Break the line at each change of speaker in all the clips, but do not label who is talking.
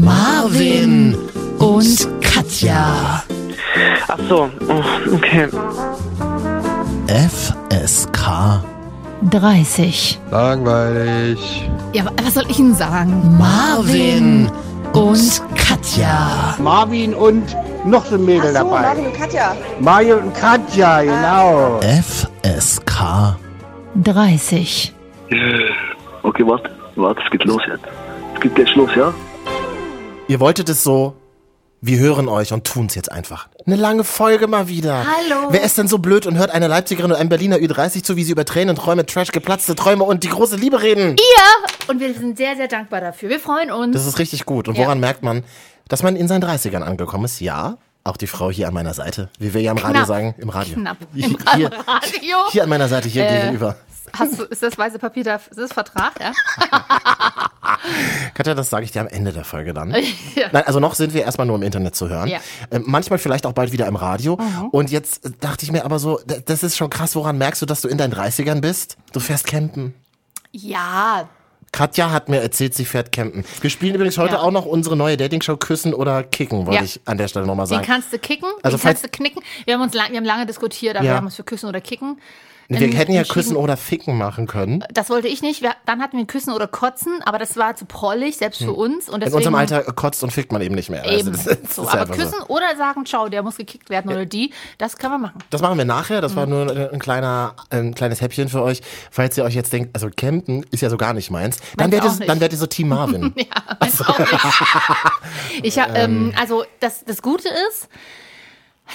Marvin und Katja.
Ach so, oh, okay.
FSK
30.
Langweilig.
Ja, wa- was soll ich Ihnen sagen?
Marvin und Katja.
Marvin und noch so ein Mädel
Ach so,
dabei.
Marvin und Katja. Ah.
Mario und Katja, genau.
FSK
30.
Okay, warte, warte, es geht los jetzt. Es geht gleich los, ja?
Ihr wolltet es so, wir hören euch und tun's jetzt einfach. Eine lange Folge mal wieder.
Hallo.
Wer ist denn so blöd und hört einer Leipzigerin und einem Berliner Ü30 zu, wie sie über Tränen und Träume, Trash, geplatzte Träume und die große Liebe reden?
Und wir sind sehr, sehr dankbar dafür. Wir freuen uns.
Das ist richtig gut. Und woran merkt man, dass man in seinen 30ern angekommen ist? Ja, auch die Frau hier an meiner Seite, wie wir ja im Radio
Knapp.
sagen, im Radio.
Knapp.
Im
Radio. Äh,
hier, hier an meiner Seite, hier gegenüber.
Hast du, ist das weiße Papier da, ist das Vertrag? Ja?
Katja, das sage ich dir am Ende der Folge dann. Nein, also noch sind wir erstmal nur im Internet zu hören.
Ja. Mhm.
Ähm, manchmal vielleicht auch bald wieder im Radio. Und jetzt äh, dachte ich mir aber so, d- das ist schon krass, woran merkst du, dass du in deinen 30ern bist? Du fährst campen.
ja.
Katja hat mir erzählt, sie fährt campen. Wir spielen übrigens heute
Ja.
auch noch unsere neue Dating-Show Küssen oder Kicken, wollte
Ja.
ich an der Stelle nochmal
Den
sagen.
kannst du kicken,
Also
den
falls-
kannst du knicken. Wir haben, uns lang, wir haben lange diskutiert, aber
Ja.
wir haben uns für Küssen oder Kicken.
Wir
ähm,
hätten ja
entschieden.
Küssen oder Ficken machen können.
Das wollte ich nicht. Wir, dann hatten wir Küssen oder Kotzen, aber das war zu prollig, selbst für uns.
Hm.
Und
In
deswegen
unserem Alter kotzt und fickt man eben nicht mehr. Also
Eben.
das- das
so,
ist
aber
einfach so.
küssen oder sagen, ciao, der muss gekickt werden oder die, das können wir machen.
Das machen wir nachher. Das
Mhm.
war nur ein, ein kleiner, ein kleines Häppchen für euch. Falls ihr euch jetzt denkt, also campen ist ja so gar nicht meins, dann
Meins
werdet,
auch
ihr,
nicht.
dann werdet ihr so Team Marvin.
Ja, weiß auch nicht. Ich hab, ähm, also das, das Gute ist,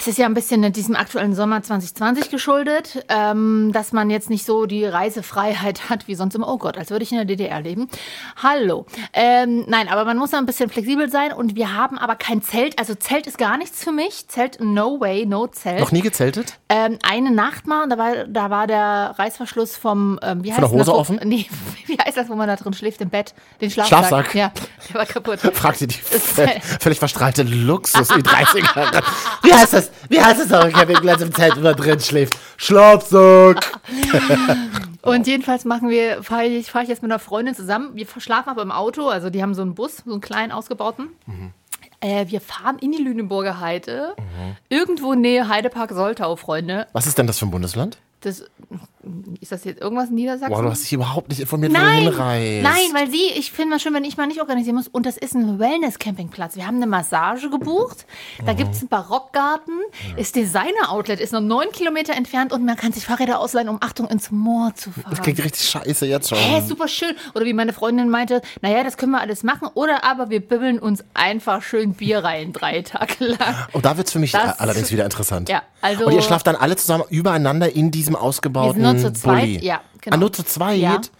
es ist ja ein bisschen in diesem aktuellen Sommer 2020 geschuldet, ähm, dass man jetzt nicht so die Reisefreiheit hat wie sonst immer. Oh Gott, als würde ich in der DDR leben. Hallo. Ähm, nein, aber man muss da ein bisschen flexibel sein und wir haben aber kein Zelt. Also Zelt ist gar nichts für mich. Zelt, no way, no Zelt.
Noch nie gezeltet?
Ähm, eine Nacht mal, und da war, da war der Reißverschluss vom, ähm, wie heißt
der
denn das,
Hose
wo-
offen?
Nee, wie heißt das, wo man da drin schläft im Bett? Den Schlafsack.
Schlafsack.
Ja, der war kaputt.
Fragt ihr die
Das-
völ- völlig verstrahlte Luxus wie 30 er Wie heißt das? Wie heißt das eure Campingplatz im Zelt, wo man drin schläft? Schlafsack!
Und jedenfalls machen wir, fahre ich, fahr ich jetzt mit einer Freundin zusammen. Wir schlafen aber im Auto, also die haben so einen Bus, so einen kleinen ausgebauten.
Mhm.
Äh, wir fahren in die Lüneburger Heide,
Mhm.
irgendwo Nähe Heidepark Soltau, Freunde.
Was ist denn das für ein Bundesland?
Das, ist das jetzt irgendwas in Niedersachsen?
Boah, du hast dich überhaupt nicht informiert, wo du
Nein,
hinreist.
nein, weil sie, ich finde mal schön, wenn ich mal nicht organisieren muss. Und das ist ein Wellness-Campingplatz. Wir haben eine Massage gebucht.
Oh.
Da gibt's einen Barockgarten. Ist Designer-Outlet, ist nur neun Kilometer entfernt und man kann sich Fahrräder ausleihen, um Achtung ins Moor zu
Das klingt
fahren.
richtig scheiße jetzt schon.
Hä, super schön. Oder wie meine Freundin meinte, naja, das können wir alles machen. Oder aber wir bimmeln uns einfach schön Bier rein, drei Tage lang.
Und Oh, da wird's für mich
Das-
allerdings wieder interessant.
Ja, also-
Und ihr schlaft dann alle zusammen übereinander in diesem ausgebauten
Wir sind nur zu zweit,
Bulli.
ja, genau.
Ah, nur zu zweit?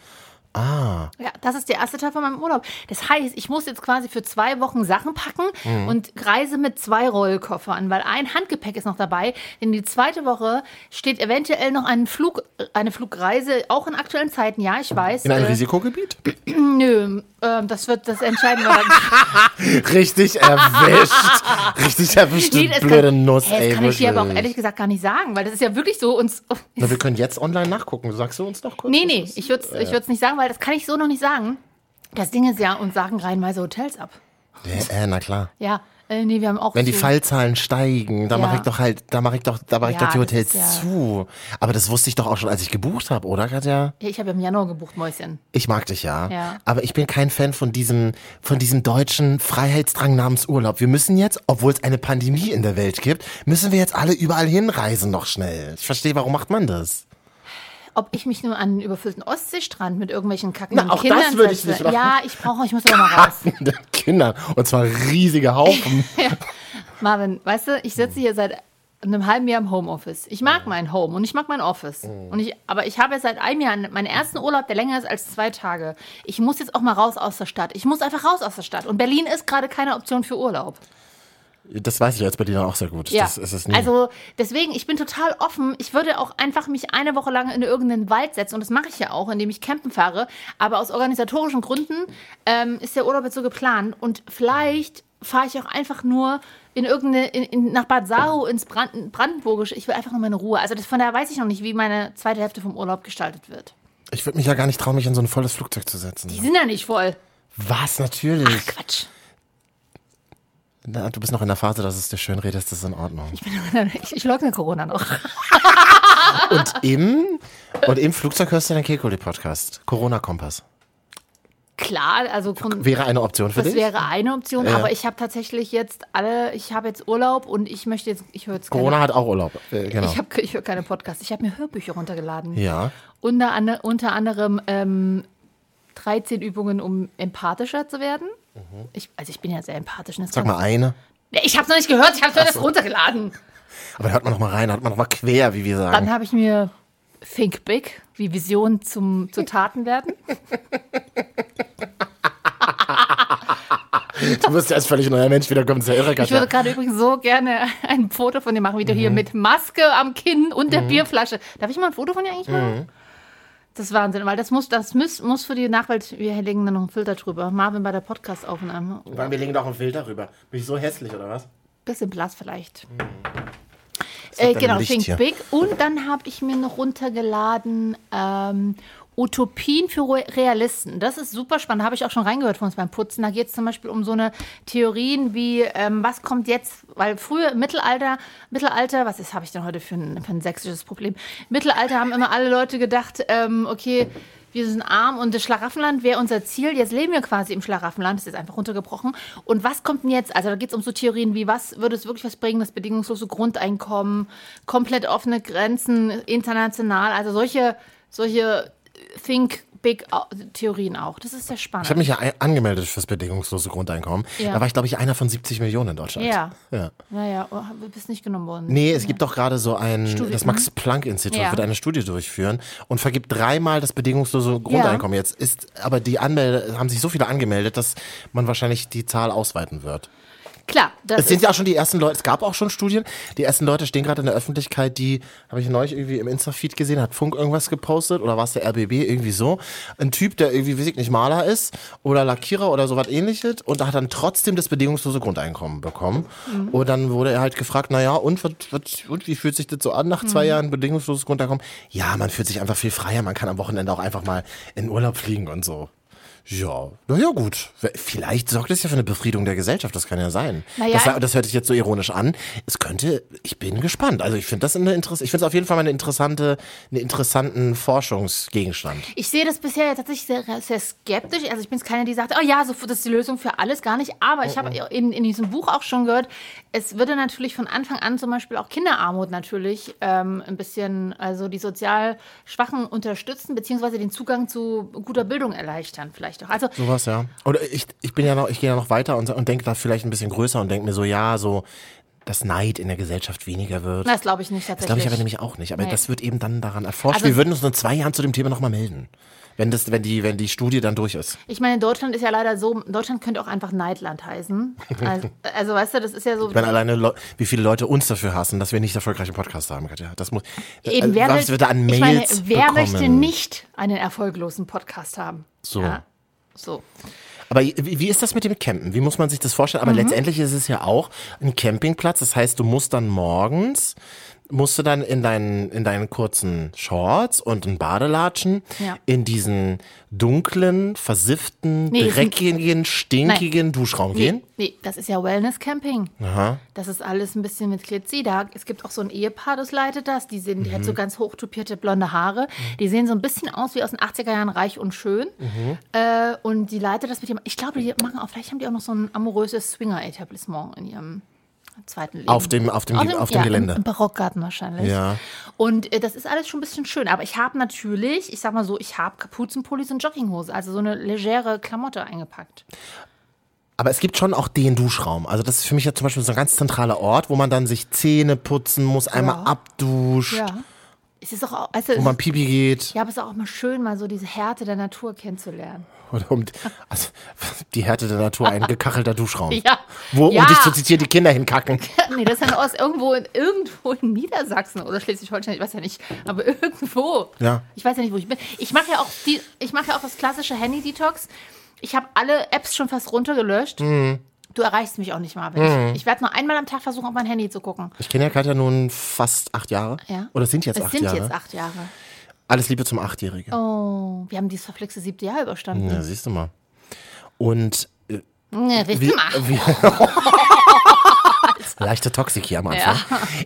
Ah.
Ja. Ja, das ist der erste Teil von meinem Urlaub. Das heißt, ich muss jetzt quasi für zwei Wochen Sachen packen
Mhm.
und reise mit zwei Rollkoffern, weil ein Handgepäck ist noch dabei. Denn die zweite Woche steht eventuell noch ein Flug, eine Flugreise, auch in aktuellen Zeiten. Ja, ich weiß.
In einem
äh,
Risikogebiet?
nö, ähm, das wird das entscheiden wir dann.
Richtig erwischt. Richtig erwischt, du
das
blöde
kann,
Nuss,
Hä,
ey.
das kann ich dir aber auch
wirklich.
ehrlich gesagt gar nicht sagen, weil das ist ja wirklich so uns.
Na, wir können jetzt online nachgucken. Sagst du uns doch kurz?
Nee,
was
nee,
das-
ich würde es ich würd's nicht sagen, weil das kann ich so noch nicht sagen. Das Ding ist ja, uns sagen reinweise Hotels ab.
Äh, äh, na klar.
Ja, äh, nee, wir haben auch.
Wenn die
so-
Fallzahlen steigen, da
Ja.
mache ich doch halt, da mache ich doch, da mache ich
Ja,
doch die
das
Hotels
ist ja-
zu. Aber das wusste ich doch auch schon, als ich gebucht habe, oder Katja?
Ja, ich habe ja im Januar gebucht, Mäuschen.
Ich mag dich ja,
Ja.
aber ich bin kein Fan von diesem, von diesem deutschen Freiheitsdrang namens Urlaub. Wir müssen jetzt, obwohl es eine Pandemie in der Welt gibt, müssen wir jetzt alle überall hinreisen noch schnell. Ich verstehe, warum macht man das?
Ob ich mich nur an einen überfüllten Ostseestrand mit irgendwelchen kackenden
Na, auch das
Kindern
würde ich
setze?
nicht machen.
Ja, ich brauche, ich muss da mal raus.
Kinder, und zwar riesige Haufen.
Marvin, weißt du, ich sitze hier seit einem halben Jahr im Homeoffice. Ich mag mein Home und ich mag mein Office. Und ich, aber ich habe jetzt seit einem Jahr meinen ersten Urlaub, der länger ist als zwei Tage. Ich muss jetzt auch mal raus aus der Stadt. Ich muss einfach raus aus der Stadt. Und Berlin ist gerade keine Option für Urlaub.
Das weiß ich jetzt bei dir auch sehr gut.
Ja.
Das ist es nie.
also deswegen, ich bin total offen. Ich würde auch einfach mich eine Woche lang in irgendeinen Wald setzen und das mache ich ja auch, indem ich campen fahre. Aber aus organisatorischen Gründen ähm, ist der Urlaub jetzt so geplant und vielleicht fahre ich auch einfach nur in irgendeine in, in, nach Bad Saru ins Brand, Brandenburgische. Ich will einfach nur meine Ruhe. Also das, von daher weiß ich noch nicht, wie meine zweite Hälfte vom Urlaub gestaltet wird.
ich würde mich ja gar nicht trauen, mich in so ein volles Flugzeug zu setzen.
Die sind ja nicht voll.
Was? Natürlich.
Quatsch.
Na, du bist noch in der Phase, dass es dir schön redest, das ist in Ordnung.
Ich, ich leugne Corona noch.
Und im, und im Flugzeug hörst du den Kekulé-Podcast. Corona-Kompass.
Klar, also von,
Wäre eine Option für
das
dich?
wäre eine Option, aber ich habe tatsächlich jetzt alle, ich habe jetzt Urlaub und ich möchte jetzt, ich höre jetzt keine,
Corona hat auch Urlaub. Äh, genau.
ich, hab, ich höre keine Podcasts, ich habe mir Hörbücher runtergeladen.
ja.
Unter, ander- unter anderem ähm, 13 Übungen, um empathischer zu werden. Ich, also ich bin ja sehr empathisch.
Mhm. Sag mal eine.
Ich habe es noch nicht gehört, ich habe es erst runtergeladen.
Aber da hört man noch mal rein, da hört man noch mal quer, wie wir
Dann
sagen.
habe ich mir Think Big, wie Visionen zum, zu Taten werden.
Du wirst ja als völlig neuer Mensch wiederkommen, das ist ja irre,
Ich würde
Katja.
gerade übrigens so gerne ein Foto von dir machen, wie du hier mit Maske am Kinn und der Bierflasche. Darf ich mal ein Foto von dir eigentlich machen? Das ist Wahnsinn, weil das muss, das muss, muss für die Nachwelt, wir legen da noch einen Filter drüber. Marvin bei der Podcast-Aufnahme.
Weil wir legen doch einen Filter rüber. Bin ich so hässlich, oder was?
Bisschen blass vielleicht. Äh,
Mhm. dein
genau,
Licht
Think
hier.
Big. Und dann habe ich mir noch runtergeladen ähm, Utopien für Re- Realisten. Das ist super spannend. Habe ich auch schon reingehört von uns beim Putzen. Da geht es zum Beispiel um so eine Theorien wie, ähm, was kommt jetzt, weil früher im Mittelalter, Mittelalter, was ist, habe ich denn heute für ein, für ein sächsisches Problem? Im Mittelalter haben immer alle Leute gedacht, ähm, okay, wir sind arm und das Schlaraffenland wäre unser Ziel. Jetzt leben wir quasi im Schlaraffenland, das ist jetzt einfach runtergebrochen. Und was kommt denn jetzt? Also da geht es um so Theorien wie, was würde es wirklich was bringen, das bedingungslose Grundeinkommen, komplett offene Grenzen, international, also solche, solche äh, Think Big äh, Theorien auch. Das ist sehr spannend.
Ich habe mich ja ein- angemeldet fürs bedingungslose Grundeinkommen.
Ja.
Da war ich, glaube ich, einer von 70 Millionen in Deutschland.
Ja.
ja.
naja, oh, du bist nicht genommen worden.
Nee, es gibt doch gerade so ein,
Studie-
das Max-Planck-Institut
Mhm. Ja.
wird eine Studie durchführen und vergibt dreimal das bedingungslose Grundeinkommen. Jetzt ist, aber die Anmelde, haben sich so viele angemeldet, dass man wahrscheinlich die Zahl ausweiten wird.
Klar, das
Es sind
ist,
ja auch schon die ersten Leute, es gab auch schon Studien, die ersten Leute stehen gerade in der Öffentlichkeit, die, habe ich neulich irgendwie im Insta-Feed gesehen, hat Funk irgendwas gepostet oder war es der RBB, irgendwie so. Ein Typ, der irgendwie, weiß ich nicht, Maler ist oder Lackierer oder sowas ähnliches und da hat dann trotzdem das bedingungslose Grundeinkommen bekommen. Und dann wurde er halt gefragt, naja, und, was, was, und wie fühlt sich das so an nach zwei Jahren bedingungsloses Grundeinkommen? Ja, man fühlt sich einfach viel freier, man kann am Wochenende auch einfach mal in Urlaub fliegen und so. Ja, naja, gut. Vielleicht sorgt es ja für eine Befriedung der Gesellschaft, das kann ja sein.
Naja,
das,
ich-
das hört sich jetzt so ironisch an. Es könnte, ich bin gespannt. Also ich finde das eine Interess ich finde es auf jeden Fall mal eine interessante, einen interessanten Forschungsgegenstand.
ich sehe das bisher ja tatsächlich sehr, sehr skeptisch. Also ich bin jetzt keine, die sagt, oh ja, so, das ist die Lösung für alles, gar nicht. Aber ich habe in, in diesem Buch auch schon gehört, es würde natürlich von Anfang an zum Beispiel auch Kinderarmut natürlich ähm, ein bisschen, also die sozial Schwachen unterstützen, beziehungsweise den Zugang zu guter Bildung erleichtern vielleicht auch. Also
Sowas, ja. Oder ich, ich bin ja noch, ich gehe ja noch weiter und, und denke da vielleicht ein bisschen größer und denke mir so, ja, so, dass Neid in der Gesellschaft weniger wird.
das glaube ich nicht
Das
tatsächlich.
glaube ich aber nämlich auch nicht. Aber
Nee.
das wird eben dann daran erforscht.
Also-
Wir würden uns in zwei Jahren zu dem Thema nochmal melden. Wenn das, wenn die, wenn die Studie dann durch ist.
Ich meine, Deutschland ist ja leider so, Deutschland könnte auch einfach Neidland heißen. Also, also weißt du, das ist ja so.
Ich meine, alleine, Leu- wie viele Leute uns dafür hassen, dass wir nicht erfolgreiche Podcasts haben, Katja. Das muss.
Eben,
also,
wer,
was wir da an
ich meine,
Mails
wer
bekommen.
möchte nicht einen erfolglosen Podcast haben?
So.
Ja, so.
Aber wie wie ist das mit dem Campen? Wie muss man sich das vorstellen?
Mhm.
Aber letztendlich ist es ja auch ein Campingplatz. Das heißt, du musst dann morgens, musst du dann in deinen, in deinen kurzen Shorts und in Badelatschen
Ja.
in diesen dunklen, versifften,
Nee, ist ein-
dreckigen, stinkigen Duschraum gehen.
Nee, das ist ja Wellness Camping.
Aha.
Das ist alles ein bisschen mit Glitzy. Da, es gibt auch so ein Ehepaar, das leitet das. Die, sehen, die hat
Mhm.
so ganz hochtupierte blonde Haare. Die sehen so ein bisschen aus wie aus den 80er Jahren reich und schön.
Mhm.
Äh, und die leitet das mit dem. Ich glaube, die machen auch, vielleicht haben die auch noch so ein amoröses Swinger-Etablissement in ihrem zweiten Leben.
Auf dem, auf dem, auf dem,
ja,
Gelände.
Im, im Barockgarten wahrscheinlich.
Ja.
Und äh, das ist alles schon ein bisschen schön. Aber ich habe natürlich, ich sag mal so, ich habe Kapuzenpullis und Jogginghose, also so eine legere Klamotte eingepackt.
Aber es gibt schon auch den Duschraum. Also das ist für mich ja zum Beispiel so ein ganz zentraler Ort, wo man dann sich Zähne putzen muss, einmal
Ja.
abduscht,
Ja. Es ist auch, also,
wo man Pipi geht.
ja, aber es ist auch mal schön, mal so diese Härte der Natur kennenzulernen.
Oder um, also, die Härte der Natur, ein gekachelter Duschraum.
Ja.
Wo, um
Ja.
dich zu zitieren, die Kinder hinkacken.
nee, das ist dann aus irgendwo in, irgendwo in Niedersachsen oder Schleswig-Holstein, ich weiß ja nicht, aber irgendwo.
Ja.
Ich weiß ja nicht, wo ich bin. Ich mache ja auch die, ich mache ja auch das klassische Handy-Detox. Ich habe alle Apps schon fast runtergelöscht.
Mhm.
Du erreichst mich auch nicht, Marvin. Ich- Ich werde nur einmal am Tag versuchen, auf mein Handy zu gucken.
Ich kenne ja Katja nun fast acht Jahre.
Ja.
Oder es Oh, sind jetzt
es
acht
sind
Jahre.
jetzt acht Jahre.
Alles Liebe zum Achtjährigen.
Oh, wir haben dieses verflixte siebte Jahr überstanden.
Ja, siehst du mal. Und äh,
Nee,
wie,
richtig gemacht.
wie, leichte Toxik hier am Anfang.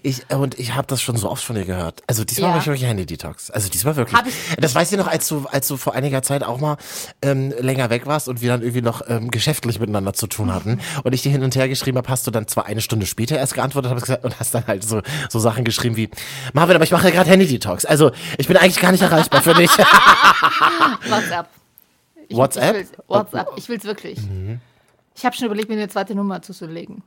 Ich, äh, und ich habe das schon so oft von dir gehört. Also diesmal
Ja.
habe ich wirklich Handy-Detox. Also diesmal wirklich.
Hab ich-
das weißt du noch, als du, als du vor einiger Zeit auch mal ähm, länger weg warst und wir dann irgendwie noch ähm, geschäftlich miteinander zu tun
Mhm.
hatten und ich dir hin und her geschrieben habe, hast du dann zwar eine Stunde später erst geantwortet hab ich gesagt, und hast dann halt so, so Sachen geschrieben wie, Marvin, aber ich mache gerade Handy-Detox. Also ich bin eigentlich gar nicht erreichbar für dich.
WhatsApp. Ich,
WhatsApp?
Ich will's, WhatsApp, ich will's wirklich. Ich habe schon überlegt, mir eine zweite Nummer zuzulegen.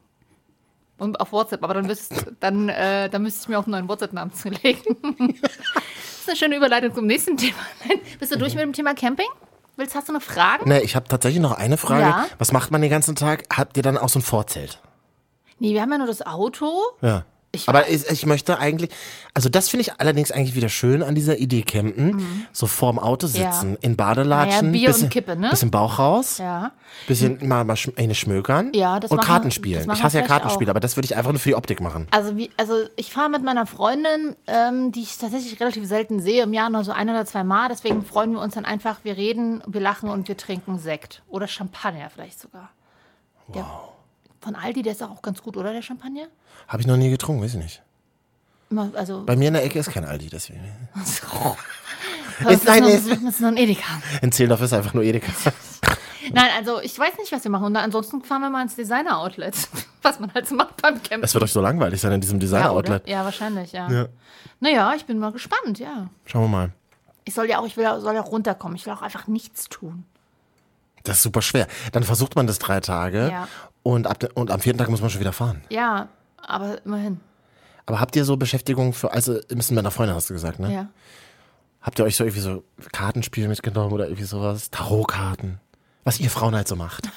Und auf WhatsApp, aber dann, müsst, dann, äh, dann müsste ich mir auch einen neuen WhatsApp-Namen zulegen. das ist eine schöne Überleitung zum nächsten Thema. Nein, Bist du durch mit dem Thema Camping? Willst, hast du noch Fragen?
ne, ich habe tatsächlich noch eine Frage.
Ja.
Was macht man den ganzen Tag? Habt ihr dann auch so ein Vorzelt?
Nee, wir haben ja nur das Auto.
Ja.
Ich-
Aber ich, ich möchte eigentlich, also das finde ich allerdings eigentlich wieder schön an dieser Idee campen. So vorm Auto sitzen,
Mhm. Ja.
in Badelatschen.
Naja, Bier und
bisschen,
Kippe, ne?
Bisschen Bauch raus,
Ja.
bisschen mal, mal schm- eine schmökern
Ja, das
und
machen-
Karten
das
spielen.
machen
Ich hasse ja
wir vielleicht
Kartenspiele,
auch.
aber das würde ich einfach nur für die Optik machen.
Also, wie, also ich fahre mit meiner Freundin, ähm, die ich tatsächlich relativ selten sehe, im Jahr nur so ein oder zwei Mal. Deswegen freuen wir uns dann einfach, wir reden, wir lachen und wir trinken Sekt. Oder Champagner vielleicht sogar. Wow. Der, von Aldi, der ist auch ganz gut, oder der Champagner?
Habe ich noch nie getrunken, weiß ich nicht.
Immer, also,
Bei mir in der Ecke ist kein Aldi, deswegen.
das
nein,
nur,
ist-
das ist nur ein Edeka.
In Zehlendorf ist einfach nur Edeka.
Nein, also ich weiß nicht, was wir machen. Und ansonsten fahren wir mal ins Designer-Outlet, was man halt so macht beim Campen.
Es wird euch so langweilig sein in diesem
Ja, oder?
Designer-Outlet.
ja, wahrscheinlich, ja. ja. Naja, ich bin mal gespannt, ja.
Schauen wir mal.
Ich soll ja auch, ich will, ja- soll ja runterkommen. Ich will auch einfach nichts tun.
Das ist super schwer. Dann versucht man das drei Tage
Ja.
und, ab, de- und am vierten Tag muss man schon wieder fahren.
Ja, aber immerhin.
Aber habt ihr so Beschäftigung für, also müssen mit einer Freundin, hast du gesagt, ne?
Ja.
Habt ihr euch so irgendwie so Kartenspiele mitgenommen oder irgendwie sowas? Tarotkarten? Was ihr Frauen halt so macht.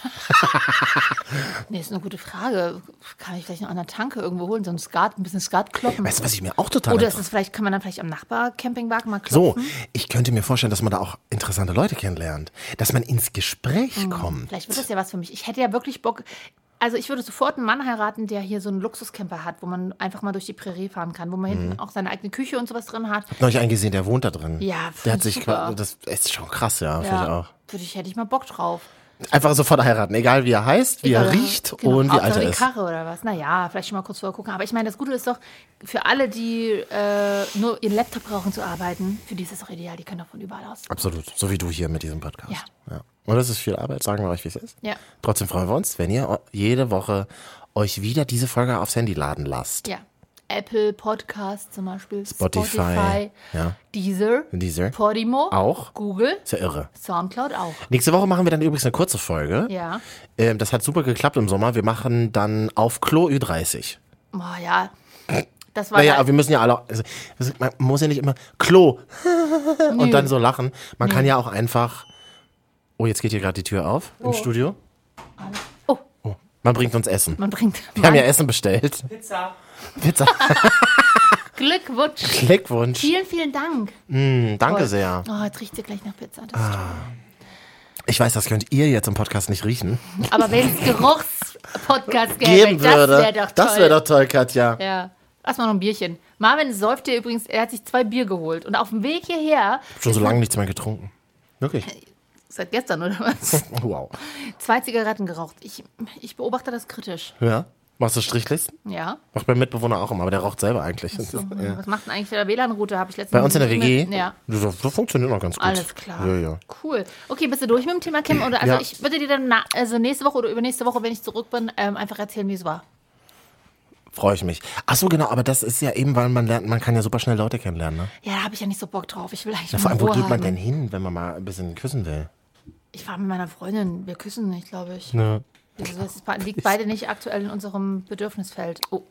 Nee, ist eine gute Frage. Kann ich vielleicht noch an der Tanke irgendwo holen, so ein Skat, ein bisschen Skat kloppen?
Weißt du, was ich mir auch total
Oder ist
interessiert-
es vielleicht, kann man dann vielleicht am Nachbarcampingwagen mal klopfen?
So, ich könnte mir vorstellen, dass man da auch interessante Leute kennenlernt. Dass man ins Gespräch
Mhm.
kommt.
Vielleicht wird das ja was für mich. Ich hätte ja wirklich Bock. Also ich würde sofort einen Mann heiraten, der hier so einen Luxuscamper hat, wo man einfach mal durch die Prärie fahren kann, wo man
Mhm.
hinten auch seine eigene Küche und sowas drin hat.
Neulich einen gesehen, der wohnt da drin.
Ja,
Der
find
hat
ich
sich,
super.
qua- das ist schon krass, ja, finde ich
Ja,
auch.
würde ich, hätte ich mal Bock drauf.
Einfach sofort heiraten, egal wie er heißt, wie er
Egal.
riecht
Genau,
und wie alt
Hauptsache
er
die
ist.
Karre oder was? Naja, vielleicht schon mal kurz vorher gucken. Aber ich meine, das Gute ist doch, für alle, die äh, nur ihren Laptop brauchen zu arbeiten, für die ist das doch ideal. Die können doch von überall aus.
Absolut, so wie du hier mit diesem Podcast.
Ja.
Und das ist viel Arbeit, sagen wir euch, wie es ist.
Ja.
Trotzdem freuen wir uns, wenn ihr eu- jede Woche euch wieder diese Folge aufs Handy laden lasst.
Ja. Apple Podcast zum Beispiel,
Spotify,
Spotify,
ja.
Deezer,
Deezer,
Podimo,
auch.
Google,
Ist ja irre.
Soundcloud auch.
Nächste Woche machen wir dann übrigens eine kurze Folge.
Ja.
Ähm, das hat super geklappt im Sommer. Wir machen dann auf Klo Ü30.
Oh ja, das war
Naja,
ja,
aber wir müssen ja alle, also, man muss ja nicht immer Klo und dann so lachen. Man kann ja auch einfach, oh, jetzt geht hier gerade die Tür auf im Studio.
Oh.
oh. Man bringt uns Essen.
man bringt
Wir haben ja Essen bestellt. Pizza. Pizza.
Glückwunsch.
Glückwunsch. Hm,
Vielen, vielen Dank.
Danke sehr. Ah.
Oh, jetzt riecht sie gleich nach Pizza. Das ist toll.
Ich weiß, das könnt ihr jetzt im Podcast nicht riechen.
Aber wenn es Geruchspodcast gäbe,
Geben
das wäre
würde.
doch toll.
Das wäre doch toll, Katja.
Ja, lass mal noch ein Bierchen. Marvin säuft dir übrigens, er hat sich zwei Bier geholt. Und auf dem Weg hierher,
Schon so lange nichts mehr getrunken. Wirklich.
seit gestern oder was,
Wow.
zwei Zigaretten geraucht. Ich, ich beobachte das kritisch.
Ja. Machst du Strichlisten?
Ja.
Macht mein Mitbewohner auch immer, aber der raucht selber eigentlich. Das ist, ja.
Was macht denn eigentlich der WLAN-Router? Habe ich letztens ne?
Bei uns in der WG?
Ja.
Das, das funktioniert noch ganz gut.
Alles klar.
Ja, ja.
Cool. Okay, bist du durch mit dem Thema Kim? Oder also
Ja.
ich würde dir dann na, also nächste Woche oder übernächste Woche, wenn ich zurück bin, ähm, einfach erzählen, wie es war.
Freue ich mich. Ach so, genau, aber das ist ja eben, weil man lernt, man kann ja super schnell Leute kennenlernen, ne?
Ja, da habe ich ja nicht so Bock drauf. Ich will eigentlich
Ja, vor allem, wo
Ruhe
geht man
haben.
denn hin, wenn man mal ein bisschen küssen will?
Ich war mit meiner Freundin. Wir küssen nicht, glaube ich.
Ne.
Also das ist- liegt beide nicht aktuell in unserem Bedürfnisfeld. Oh,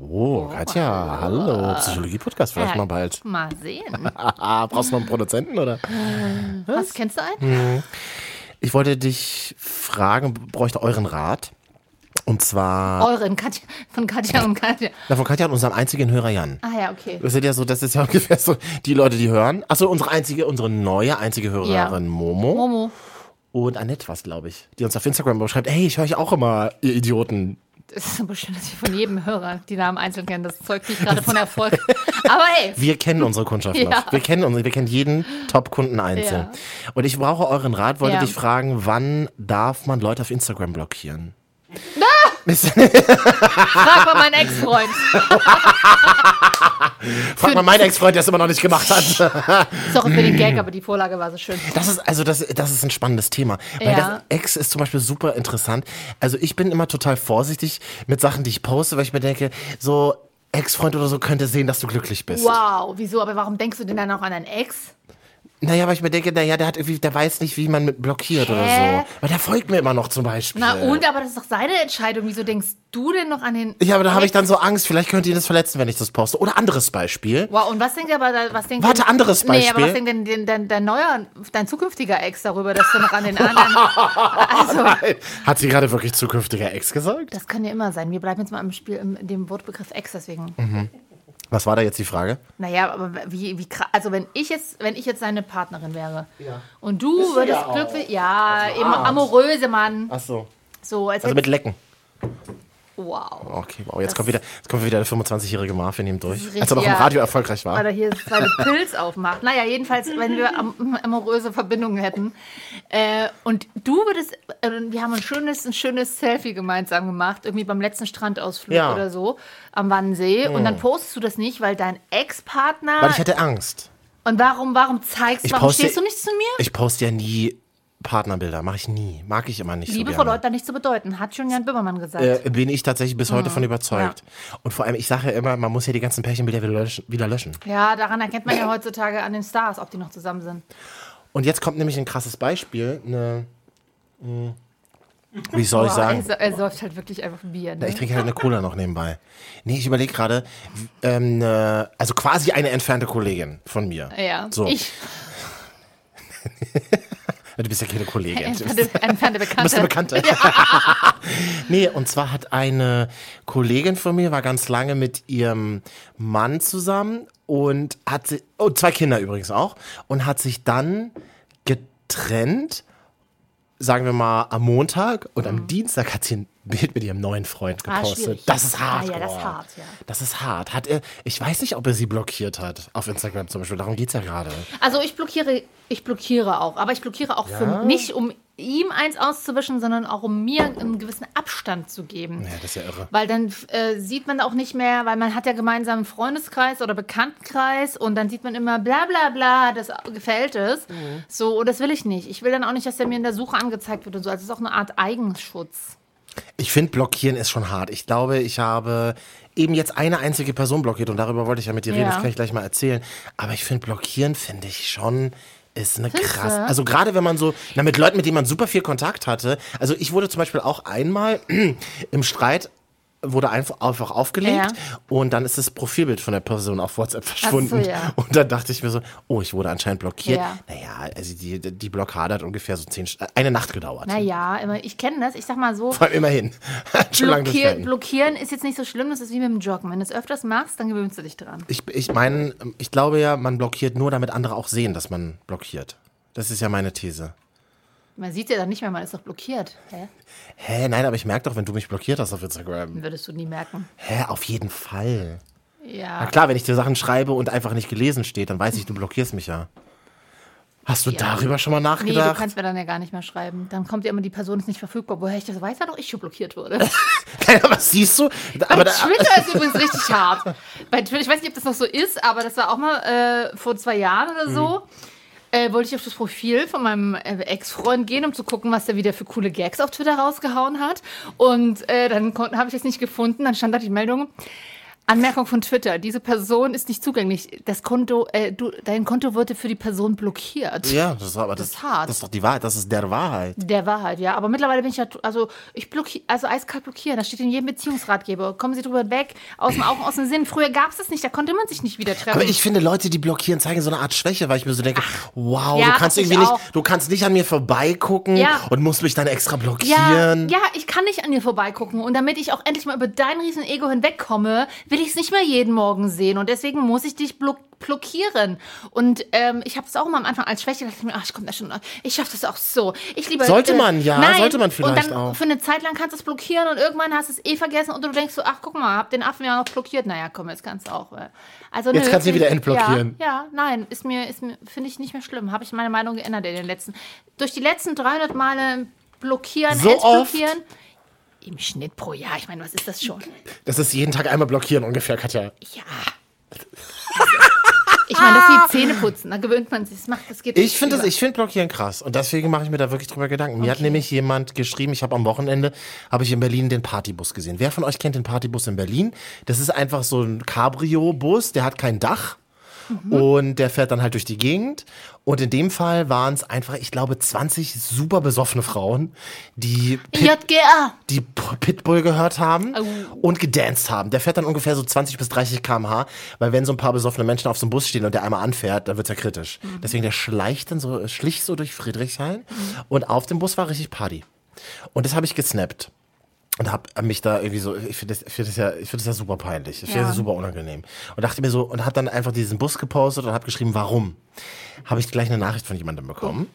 Oh, Katja, hallo. Psychologie-Podcast vielleicht
ja,
mal bald.
Mal sehen.
Ah, brauchst du noch einen Produzenten, oder?
Was kennst du einen?
Ich wollte dich fragen, bräuchte euren Rat. Und zwar
Euren Katja, von Katja und Katja.
na, von Katja und unserem einzigen Hörer Jan.
Ah ja, okay.
Das sind ja so, das ist ja ungefähr so die Leute, die hören. Achso, unsere einzige, unsere neue einzige Hörerin
Ja.
Momo.
Momo,
Und Annette was, glaube ich, die uns auf Instagram schreibt, hey, ich höre euch auch immer, ihr Idioten.
das ist so bestimmt, dass wir von jedem Hörer die Namen einzeln kennen. Das zeugt nicht gerade von Erfolg. Aber hey,
Wir kennen unsere Kundschaft
Ja.
noch. Wir kennen unsere, wir kennen jeden Top-Kunden einzeln.
Ja.
Und ich brauche euren Rat, wollte
Ja.
dich fragen, wann darf man Leute auf Instagram blockieren?
Frag mal meinen Ex-Freund.
Frag mal meinen Ex-Freund, der es immer noch nicht gemacht hat.
Sorry für den Gag, aber die Vorlage war so schön.
Das ist, also das, das ist ein spannendes Thema. Weil
Ja.
das Ex ist zum Beispiel super interessant. Also ich bin immer total vorsichtig mit Sachen, die ich poste, weil ich mir denke, so Ex-Freund oder so könnte sehen, dass du glücklich bist.
Wow, wieso? Aber warum denkst du denn dann auch an einen Ex?
Naja, weil ich mir denke, naja, der hat irgendwie, der weiß nicht, wie man mit blockiert oder
Hä?
so. Weil der folgt mir immer noch zum Beispiel.
Na und, aber das ist doch seine Entscheidung. Wieso denkst du denn noch an den.
Ja, aber da habe ich dann so Angst, vielleicht könnte ihn das verletzen, wenn ich das poste. Oder anderes Beispiel.
Wow, und was denkt aber da- was denkt
Warte,
denn-
anderes
Nee, aber
Beispiel.
was denkt denn dein, dein, dein neuer, dein zukünftiger Ex darüber, dass du noch an den anderen. Also,
Hat sie gerade wirklich zukünftiger Ex gesagt?
das kann ja immer sein. Wir bleiben jetzt mal im Spiel, im, dem Wortbegriff Ex, deswegen.
Mhm. Was war da jetzt die Frage?
Naja, aber wie, wie krass. Also wenn ich jetzt, wenn ich jetzt seine Partnerin wäre und du würdest
ja auch.
glücklich. Ja, eben amoröse Mann.
Ach so.
So, als
Also mit
hätte,
Lecken.
Wow.
Okay, wow, jetzt kommt wieder, jetzt kommt wieder der 25-jährige Marvin ihm durch.
richtig,
Als er noch im
ja.
Radio erfolgreich war.
Weil er hier zwei Pilz aufmacht. Naja, jedenfalls, wenn wir am, amoröse Verbindungen hätten. Äh, und du würdest, äh, wir haben ein schönes, ein schönes Selfie gemeinsam gemacht, irgendwie beim letzten Strandausflug
Ja. Mhm.
oder so am Wannsee. Und dann postest du das nicht, weil dein
Weil
Ex-Partner.
ich hatte Angst.
Und warum, warum zeigst du,
Ich
Ah. warum
poste-
stehst du nicht zu mir?
Ich poste ja nie Partnerbilder, mache ich nie. Mag ich immer nicht
Liebe
so
vor
gerne.
Leuten hat nichts zu bedeuten, hat schon Jan Böhmermann gesagt.
Äh, bin ich tatsächlich bis
Mhm.
heute von überzeugt. Und vor allem, ich sage ja immer, man muss ja die ganzen Pärchenbilder wieder löschen. Wieder löschen.
Ja, daran erkennt man ja heutzutage an den Stars, ob die noch zusammen sind.
Und jetzt kommt nämlich ein krasses Beispiel. Eine, mh, wie soll ich
Wow,
sagen?
Er, sa- er säuft halt wirklich einfach Bier.
Na,
Ne?
ich trinke halt eine Cola noch nebenbei. Nee, ich überlege gerade, w- ähm, äh, also quasi eine entfernte Kollegin von mir.
ja,
So.
ich
Du bist ja keine Kollegin. Du bist-
entfernte, entfernte
Du bist eine
Bekannte.
Bekannte. nee, und zwar hat eine Kollegin von mir, war ganz lange mit ihrem Mann zusammen und hat sie, oh, zwei Kinder übrigens auch, und hat sich dann getrennt, sagen wir mal am Montag und am Dienstag hat sie ein Bild mit ihrem neuen Freund
Mhm. Ah,
gepostet.
schwierig.
das ist hart.
Ah, ja, das ist
geworden.
hart, ja.
Das ist hart. Hat er, ich weiß nicht, ob er sie blockiert hat auf Instagram zum Beispiel. Darum geht's ja gerade.
Also ich blockiere, ich blockiere auch, aber ich blockiere auch für, nicht, um ihm eins auszuwischen, sondern auch um mir einen gewissen Abstand zu geben.
Ja, das ist ja irre.
Weil dann äh, sieht man auch nicht mehr, weil man hat ja gemeinsam einen Freundeskreis oder Bekanntenkreis und dann sieht man immer bla bla bla, das gefällt es.
Mhm.
So, und das will ich nicht. Ich will dann auch nicht, dass der mir in der Suche angezeigt wird und so. Also es ist auch eine Art Eigenschutz.
Ich finde, blockieren ist schon hart. Ich glaube, ich habe eben jetzt eine einzige Person blockiert und darüber wollte ich ja mit dir reden.
Ja.
Das kann ich gleich mal erzählen. Aber ich finde, blockieren finde ich schon ist eine krass. Also gerade wenn man so, na mit Leuten, mit denen man super viel Kontakt hatte. Also ich wurde zum Beispiel auch einmal im Streit wurde einfach, einfach aufgelegt
Ja.
und dann ist das Profilbild von der Person auf WhatsApp verschwunden.
ja.
Und dann dachte ich mir so, oh, ich wurde anscheinend blockiert.
Ja.
Naja, also die, die Blockade hat ungefähr so zehn, St- eine Nacht gedauert.
Naja, immer, ich kenne das. Ich sag mal so,
Vor allem immerhin. Hat schon lange
blockier,
durchgehalten.
blockieren ist jetzt nicht so schlimm, das ist wie mit dem Joggen. Wenn du es öfters machst, dann gewöhnst du dich dran.
Ich, ich meine, ich glaube ja, man blockiert nur, damit andere auch sehen, dass man blockiert. Das ist ja meine These.
Man sieht ja dann nicht mehr, man ist doch blockiert. Hä?
Hä, nein, aber ich merke doch, wenn du mich blockiert hast auf Instagram.
Würdest du nie merken.
Hä, auf jeden Fall. Na
Ja.
klar, wenn ich dir Sachen schreibe und einfach nicht gelesen steht, dann weiß ich, du blockierst mich ja. Hast du darüber schon mal
Nee, du
nachgedacht?
kannst mir dann ja gar nicht mehr schreiben. Dann kommt ja immer die Person ist nicht verfügbar. Woher ich das weiß, ja doch ich schon blockiert wurde.
Nein, aber siehst du?
Bei
Aber da,
Twitter ist übrigens richtig hart. Bei Twitter, ich weiß nicht, ob das noch so ist, aber das war auch mal äh, vor zwei Jahren oder so.
Mhm.
Äh, wollte ich auf das Profil von meinem äh, Ex-Freund gehen, um zu gucken, was der wieder für coole Gags auf Twitter rausgehauen hat. Und äh, dann habe ich das nicht gefunden. Dann stand da die Meldung. Anmerkung von Twitter: Diese Person ist nicht zugänglich. Das Konto, äh, du, dein Konto wurde für die Person blockiert.
ja, das ist aber das,
Das ist hart.
das ist doch die Wahrheit. Das ist der Wahrheit.
Der Wahrheit, ja. Aber mittlerweile bin ich ja, also ich blockiere, also eiskalt blockieren. Das steht in jedem Beziehungsratgeber. Kommen Sie drüber weg, aus dem Augen, aus dem Sinn. Früher gab es das nicht, da konnte man sich nicht wieder treffen.
Aber ich finde, Leute, die blockieren, zeigen so eine Art Schwäche, weil ich mir so denke, wow,
Ja,
du kannst
hab ich
irgendwie nicht,
auch.
du kannst nicht an mir vorbeigucken
Ja.
und musst mich dann extra
ja,
blockieren.
ja, ich kann nicht an dir vorbeigucken. Und damit ich auch endlich mal über dein riesen Ego hinwegkomme, will ich es nicht mehr jeden Morgen sehen. Und deswegen muss ich dich block blockieren. Und ähm, ich habe es auch immer am Anfang als Schwäche gedacht, ach, ich komme da schon, ich schaffe das auch so. Ich lieber
Sollte man, ja,
nein.
sollte man
Und
vielleicht
dann
auch.
für eine Zeit lang kannst du es blockieren und irgendwann hast du es eh vergessen und du denkst so, ach guck mal, hab den Affen ja noch blockiert. Naja, komm, jetzt kannst du auch. äh. Also,
Jetzt
nö,
kannst du ihn
find-
wieder entblockieren.
Ja, ja, nein, ist mir, ist mir finde ich nicht mehr schlimm. Habe ich meine Meinung geändert in den letzten. Durch die letzten 300 Male blockieren,
So oft?
entblockieren. Im Schnitt pro Jahr. Ich meine, was ist das schon?
Das ist jeden Tag einmal blockieren ungefähr, Katja.
Ja. Ich meine, dass die Zähne putzen, da gewöhnt man sich. Das macht, das geht
Ich finde
über.
das, ich finde Blockieren krass und deswegen mache ich mir da wirklich drüber Gedanken. Mir hat nämlich jemand geschrieben, ich habe am Wochenende habe ich in Berlin den Partybus gesehen. Wer von euch kennt den Partybus in Berlin? Das ist einfach so ein Cabrio-Bus, der hat kein Dach. Und der fährt dann halt durch die Gegend. Und in dem Fall waren es einfach, ich glaube, 20 super besoffene Frauen, die Pit,
JGA.
die P- Pitbull gehört haben und gedanced haben. Der fährt dann ungefähr so 20 bis 30 km/h, weil wenn so ein paar besoffene Menschen auf so einem Bus stehen und der einmal anfährt, dann wird's ja kritisch. Deswegen der schleicht dann so, schlich so durch Friedrichshain und auf dem Bus war richtig Party. Und das habe ich gesnappt. Und hab mich da irgendwie so, ich finde das, ich find das, ja, ich find das ja super peinlich. Ich finde das super unangenehm. Und dachte mir so, und hab dann einfach diesen Bus gepostet und hab geschrieben, warum? Habe ich gleich eine Nachricht von jemandem bekommen.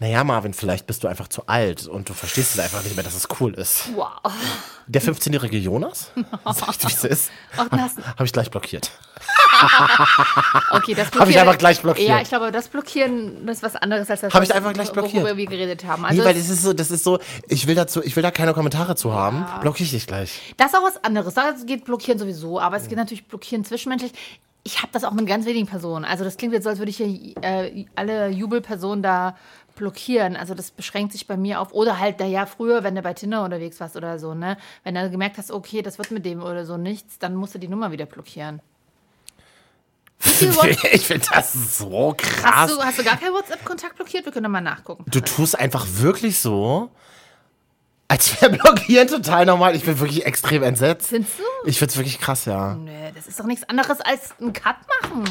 Naja, Marvin, vielleicht bist du einfach zu alt und du verstehst es einfach nicht mehr, dass es cool ist.
Wow.
Der 15-jährige Jonas? Sag ich, dir, wie es ist?
Ach, Oh, das,
Habe ich gleich blockiert.
okay, das
Hab ich
blockieren-
einfach gleich blockiert.
Ja, ich glaube, das Blockieren das ist was anderes als das,
Hab ich
was-
einfach gleich blockiert.
worüber wir geredet haben.
Nee,
Also
weil
das,
das ist so, das ist so, ich will dazu, ich will da keine Kommentare zu haben. Blockiere ich dich gleich.
das ist auch was anderes. Das geht Blockieren sowieso, aber es geht natürlich Blockieren zwischenmenschlich. Ich habe das auch mit ganz wenigen Personen. Also das klingt jetzt so, als würde ich hier äh, alle Jubelpersonen da blockieren. Also das beschränkt sich bei mir auf. Oder halt, naja, früher, wenn du bei Tinder unterwegs warst oder so, ne? Wenn du gemerkt hast, okay, das wird mit dem oder so nichts, dann musst du die Nummer wieder blockieren. viel What-
ich finde das so krass.
Hast du, hast du gar keinen WhatsApp-Kontakt blockiert? Wir können doch mal nachgucken.
Du tust einfach wirklich so, als wäre Blockieren total normal. Ich bin wirklich extrem entsetzt.
Findest du?
Ich find's wirklich krass, ja.
Nö, das ist doch nichts anderes als einen Cut machen.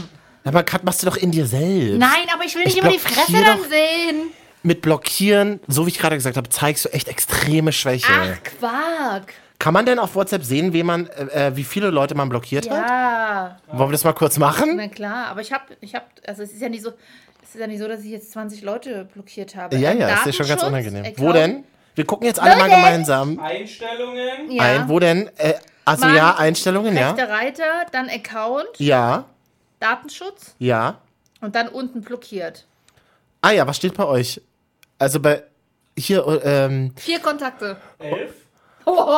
Aber Kat, machst du doch in dir selbst.
Nein, aber ich will nicht
Ich
immer die
blockier
Fresse dann
doch-
sehen.
Mit Blockieren, so wie ich gerade gesagt habe, zeigst du echt extreme Schwäche.
Ach, Quark.
Kann man denn auf WhatsApp sehen, wen man, äh, äh, wie viele Leute man blockiert hat?
Ja,
Wollen wir das mal kurz machen?
na klar, aber ich habe, ich hab, also es ist ja nicht so, es ist ja nicht so, dass ich jetzt 20 Leute blockiert habe.
Ja,
Ähm,
ja, ist ja schon ganz
Datenschutz,
unangenehm.
ich
Wo
glaub-
denn? Wir gucken jetzt alle
Wo
mal
denn?
gemeinsam
Einstellungen.
Ja.
ein. Wo denn? Äh, also
Mann.
ja, Einstellungen, ja.
Rechter Reiter, dann Account,
Ja,
Datenschutz
ja.
und dann unten blockiert.
Ah ja, was steht bei euch? Also bei hier, äh, ähm,
Vier Kontakte. Oh,
Elf.
Oh,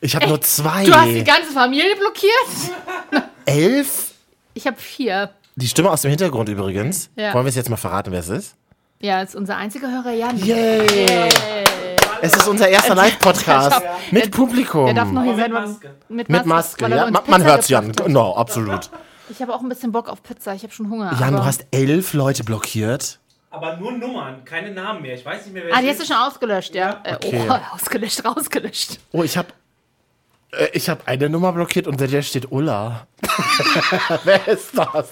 ich habe nur zwei.
Du hast die ganze Familie blockiert?
Elf?
Ich habe vier.
Die Stimme aus dem Hintergrund übrigens.
Ja.
Wollen wir es jetzt mal verraten, wer es ist?
Ja, ist unser einziger Hörer Jan.
Yay! Es ist unser erster Live-Podcast mit Publikum.
Er darf noch hier
Aber
sein.
mit
weil-
Maske.
Mit
mit Maske,
weil er
ja.
uns
Ma- Man
Pizza
hört's, Jan.
gebracht hat.
Genau, absolut.
Ich habe auch ein bisschen Bock auf Pizza. Ich habe schon Hunger.
Jan,
aber-
du hast elf Leute blockiert.
Aber nur Nummern, keine Namen mehr. Ich weiß nicht mehr, wer
Ah,
es
die hast du schon ausgelöscht, ja? Äh,
Okay.
Oh, ausgelöscht, rausgelöscht.
Oh, ich habe äh, ich habe eine Nummer blockiert und der steht Ulla. Wer ist das?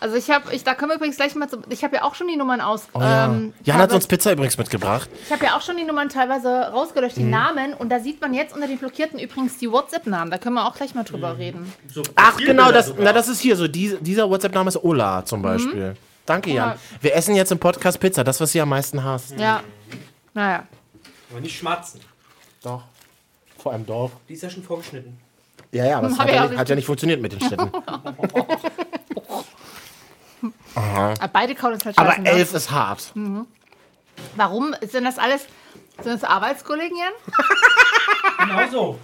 Also ich habe, ich, da können wir übrigens gleich mal zu, ich habe ja auch schon die Nummern aus.
Oh, ja.
ähm,
Jan hat
teilweise-
uns Pizza übrigens mitgebracht.
Ich habe ja auch schon die Nummern teilweise rausgelöscht,
Mhm.
die Namen. Und da sieht man jetzt unter den Blockierten übrigens die WhatsApp-Namen. Da können wir auch gleich mal drüber
Mhm.
reden.
So,
Ach genau, das,
Sogar.
na, das ist hier so. Diese, dieser WhatsApp-Name ist Ulla
Mhm.
zum Beispiel. Danke, Jan. Wir essen jetzt im Podcast Pizza, das, was ihr am meisten hasst.
Ja. Naja.
Aber nicht schmatzen.
Doch. Vor allem doch.
Die ist ja schon vorgeschnitten.
Ja, ja, aber es
Hab
hat,
ich
ja,
auch
nicht- hat ja nicht funktioniert mit den Schnitten.
Aber beide kauen uns halt
Aber
scheißen, ne?
elf ist hart.
Warum sind das alles, sind das Arbeitskollegen, Jan?
Genau so.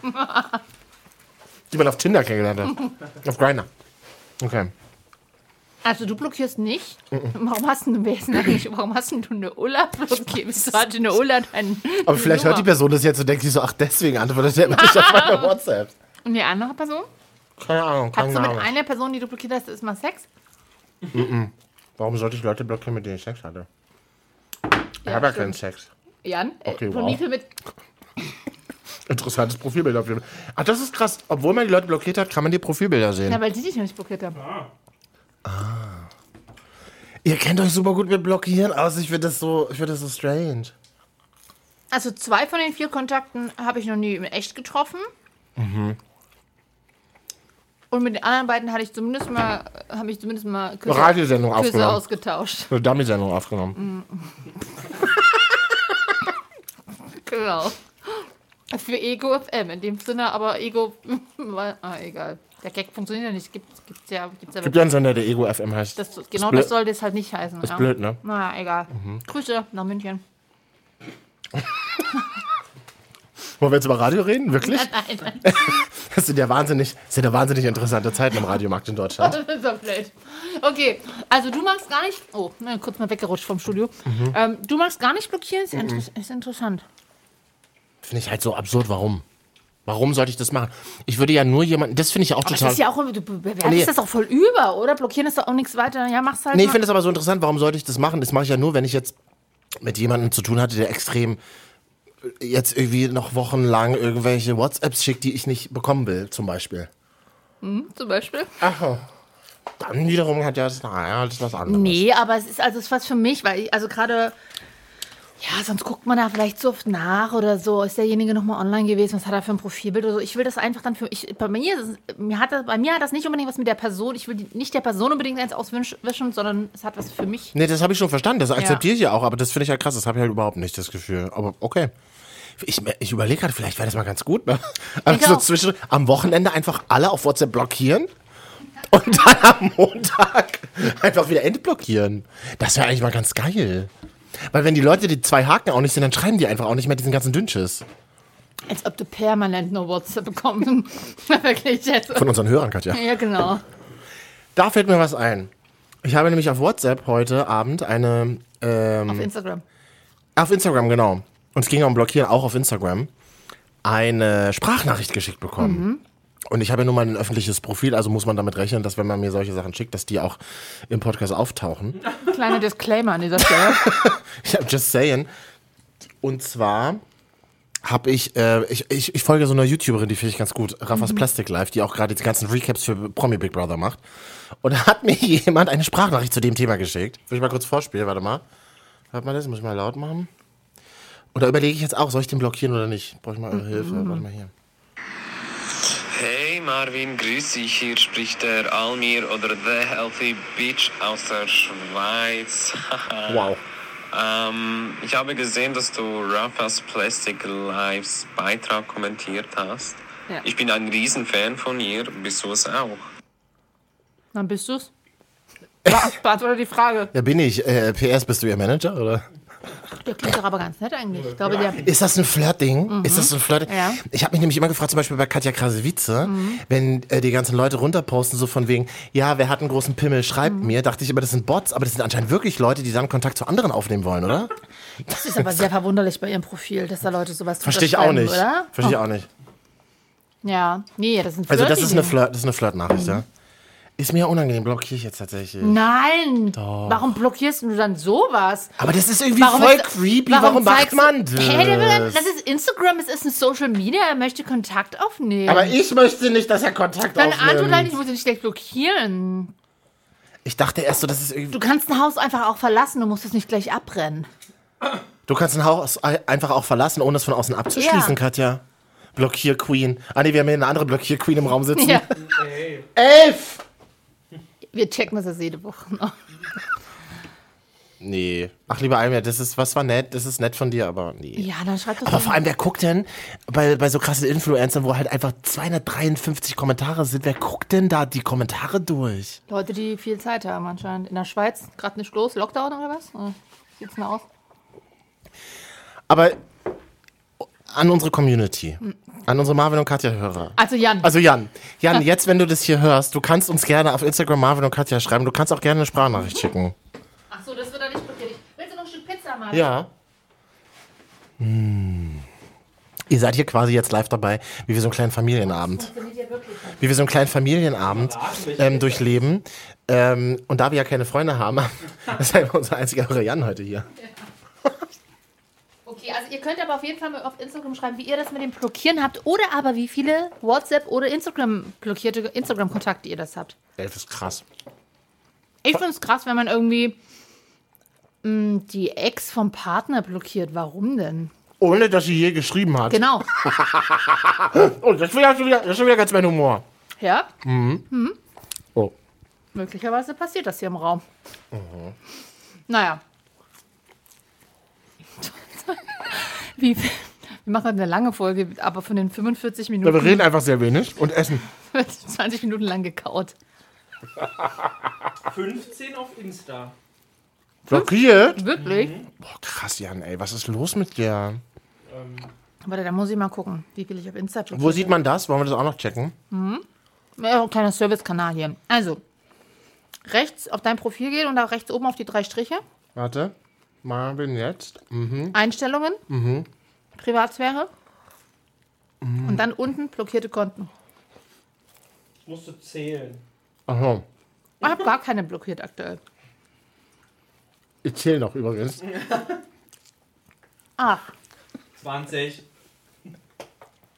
Die man auf Tinder kennengelernt hat. auf Grindr. Okay.
Also du blockierst nicht?
Mhm.
Warum hast denn du wer ist denn eigentlich? Warum hast denn du eine Ulla blockiert? Wieso hatte eine Ulla deinen?
Aber vielleicht hört die Person das jetzt und denkt sich so, ach, deswegen antwortet der immer nicht auf meine WhatsApp.
Und die andere Person?
Keine Ahnung, keine
Hast du mit
Ahnung.
einer Person, die du blockiert hast, ist mal Sex?
Warum sollte ich Leute blockieren, mit denen ich Sex hatte? Ich
Ja,
habe ja
stimmt.
keinen Sex.
Jan?
Okay,
äh,
wow.
Briefe mit.
Interessantes Profilbild auf jeden Fall. Ach, das ist krass. Obwohl man die Leute blockiert hat, kann man die Profilbilder sehen.
Na, weil die dich noch nicht blockiert haben.
Ihr kennt euch super gut mit Blockieren aus. Ich finde das, so, ich find das so strange.
Also zwei von den vier Kontakten habe ich noch nie in echt getroffen.
Mhm.
Und mit den anderen beiden hatte ich zumindest mal, habe ich zumindest mal Küsse,
Radiosendung
Küsse
aufgenommen.
ausgetauscht.
Eine Dummy-Sendung
Mhm.
aufgenommen.
Genau. Für Ego FM in dem Sinne, aber Ego war, ah, egal. Der Gag funktioniert ja nicht. Gibt, gibt's ja, gibt's ja
Gibt ja einen Sender, der Ego FM heißt.
das, genau
blöd.
das sollte es halt nicht heißen.
ist
ja.
blöd, ne?
Naja, egal. Grüße nach München.
Wollen wir jetzt über Radio reden? Wirklich? Das sind ja wahnsinnig, das sind ja wahnsinnig interessante Zeiten im Radiomarkt in Deutschland.
Das ist doch blöd. Okay, also du magst gar nicht. Oh, ne, kurz mal weggerutscht vom Studio.
Mhm.
Ähm, du magst gar nicht blockieren, ist, inter ist interessant.
Finde ich halt so absurd. Warum? Warum sollte ich das machen? Ich würde ja nur jemanden. Das finde ich ja auch
Aber
total.
das ist ja auch, du bewertest
Nee.
das auch voll über, oder? Blockieren ist doch auch nichts weiter. Ja, mach's halt.
Nee, ich
mal.
finde das aber so interessant, warum sollte ich das machen? Das mache ich ja nur, wenn ich jetzt mit jemandem zu tun hatte, der extrem äh, jetzt irgendwie noch wochenlang irgendwelche WhatsApps schickt, die ich nicht bekommen will, zum Beispiel.
zum Beispiel.
Dann wiederum hat ja das, naja, das ist was anderes.
Nee, aber es ist also es ist was für mich, weil ich, also gerade, ja, sonst guckt man da vielleicht so oft nach oder so. Ist derjenige nochmal online gewesen? Was hat er für ein Profilbild oder so? Ich will das einfach dann für ich, bei mir, ist es- mir hat das, bei mir hat das nicht unbedingt was mit der Person. Ich will die, nicht der Person unbedingt eins auswischen, sondern es hat was für mich.
Nee, das habe ich schon verstanden, das akzeptiere ich ja auch, aber das finde ich ja krass, das habe ich halt überhaupt nicht das Gefühl. Aber okay. Ich, ich überlege gerade, vielleicht wäre das mal ganz gut, ne?
Ich
Also
auch.
zwischen, am Wochenende einfach alle auf WhatsApp blockieren und dann am Montag einfach wieder entblockieren. Das wäre eigentlich mal ganz geil. Weil wenn die Leute die zwei Haken auch nicht sind, dann schreiben die einfach auch nicht mehr diesen ganzen Dünnschiss.
Als ob du permanent nur WhatsApp bekommst. Wirklich jetzt.
Von unseren Hörern, Katja.
Ja, genau.
Da fällt mir was ein. Ich habe nämlich auf WhatsApp heute Abend eine ähm,
Auf Instagram.
Auf Instagram, genau. Und es ging um Blockieren auch auf Instagram. Eine Sprachnachricht geschickt bekommen. Und ich habe ja nun mal ein öffentliches Profil, also muss man damit rechnen, dass wenn man mir solche Sachen schickt, dass die auch im Podcast auftauchen.
Kleiner Disclaimer an dieser Stelle.
Ich hab just saying. Und zwar habe ich, äh, ich, ich, ich folge so einer YouTuberin, die finde ich ganz gut, Raffas Plastic Life, die auch gerade die ganzen Recaps für Promi Big Brother macht. Und da hat mir jemand eine Sprachnachricht zu dem Thema geschickt. Will ich mal kurz vorspielen, warte mal. Hört mal das, muss ich mal laut machen. Und da überlege ich jetzt auch, soll ich den blockieren oder nicht? Brauche ich mal eure Hilfe? Warte mal hier.
Hey Marvin, grüß dich. Hier spricht der Almir oder The Healthy Bitch aus der Schweiz.
Wow.
ähm, ich habe gesehen, dass du Raffas Plastic Lives Beitrag kommentiert hast.
Ja.
Ich bin ein Riesenfan von ihr. Bist du es auch?
Dann bist du's. Be- Beantworte die Frage.
Da bin ich. Äh, PS, bist du ihr Manager oder?
Der klingt doch aber ganz nett eigentlich. Ich glaube, der.
Ist das ein Flirtding? Ist das ein Flirtding?
Mhm. Ja. Mhm.
Ich habe mich nämlich immer gefragt, zum Beispiel bei Katja Krasavice, wenn äh, die ganzen Leute runterposten, so von wegen, ja, wer hat einen großen Pimmel, schreibt
Mhm.
mir, dachte ich immer, das sind Bots, aber das sind anscheinend wirklich Leute, die dann Kontakt zu anderen aufnehmen wollen, oder?
Das ist aber sehr verwunderlich bei ihrem Profil, dass da Leute sowas
Verstehe ich auch
unterschreiben,
nicht.
Oder? Oh.
Verstehe ich auch nicht.
Ja, nee, das sind
Also das ist eine
Flirtideen.
Flirt, das ist eine Flirtnachricht,
Mhm.
ja. Ist mir unangenehm, blockiere ich jetzt tatsächlich.
Nein, warum blockierst du dann sowas?
Aber das ist irgendwie
Warum
voll
ist-
creepy. Warum, macht
zeigst du-
man das?
Hey, der will ein- das ist Instagram, es ist ein Social Media, er möchte Kontakt aufnehmen.
aber ich möchte nicht, dass er Kontakt
dann antworte halt,
aufnimmt.
ich muss ihn nicht gleich blockieren.
Ich dachte erst so, das ist irgendwie.
Du kannst ein Haus einfach auch verlassen, du musst es nicht gleich abbrennen.
Du kannst ein Haus ei- einfach auch verlassen, ohne es von außen abzuschließen,
Ja.
Katja. Blockier-Queen. Ah nee, wir haben hier eine andere Blockier-Queen im Raum sitzen.
Ja.
Elf!
Wir checken das jetzt jede Woche noch.
Nee. Ach, lieber Almir, das ist, was war nett, das ist nett von dir, aber nee.
Ja, dann schreib das
Aber
doch
vor allem, wer guckt denn bei, bei so krassen Influencern, wo halt einfach 253 Kommentare sind, wer guckt denn da die Kommentare durch?
Leute, die viel Zeit haben anscheinend. In der Schweiz, gerade nicht los, Lockdown oder was? Äh, Sieht's denn aus?
Aber an unsere Community, an unsere Marvin und Katja-Hörer.
Hm. Also Jan.
Also Jan, Jan, jetzt, wenn du das hier hörst, du kannst uns gerne auf Instagram Marvin und Katja schreiben, du kannst auch gerne eine Sprachnachricht schicken.
Ach so, das wird er nicht blockiert. Willst du noch ein Stück Pizza machen?
Ja. Hm. Ihr seid hier quasi jetzt live dabei, wie wir so einen kleinen Familienabend, wie wir so einen kleinen Familienabend ähm, durchleben. Ähm, und da wir ja keine Freunde haben, ist halt unser einziger Hörer Jan heute hier.
Okay, also ihr könnt aber auf jeden Fall mal auf Instagram schreiben, wie ihr das mit dem Blockieren habt oder aber wie viele WhatsApp- oder Instagram-blockierte Instagram-Kontakte ihr das habt.
Elf ist krass.
Ich finde es krass, wenn man irgendwie mh, die Ex vom Partner blockiert. Warum denn?
Ohne, dass sie je geschrieben hat.
Genau.
Oh, das ist wieder, das ist schon wieder ganz mein Humor.
Ja,
Oh.
möglicherweise passiert das hier im Raum. Naja. Wie, wir machen heute eine lange Folge, aber von den 45
Ja, wir
Minuten
reden einfach sehr wenig und essen.
wird 20 Minuten lang gekaut.
15 auf Insta.
Blockiert?
Wirklich?
Boah, krass, Jan, ey, was ist los mit dir?
Warte, da muss ich mal gucken, wie viel ich auf Insta schon.
Wo sieht man das? Wollen wir das auch noch checken?
Ja, kleiner Servicekanal hier. Also, rechts auf dein Profil gehen und da rechts oben auf die drei Striche.
Warte. Marvin jetzt.
Einstellungen.
Mhm.
Privatsphäre. Und dann unten blockierte Konten.
Musst du zählen.
Aha.
Ich habe gar keine blockiert aktuell.
Ich zähle noch übrigens.
Ach,
20.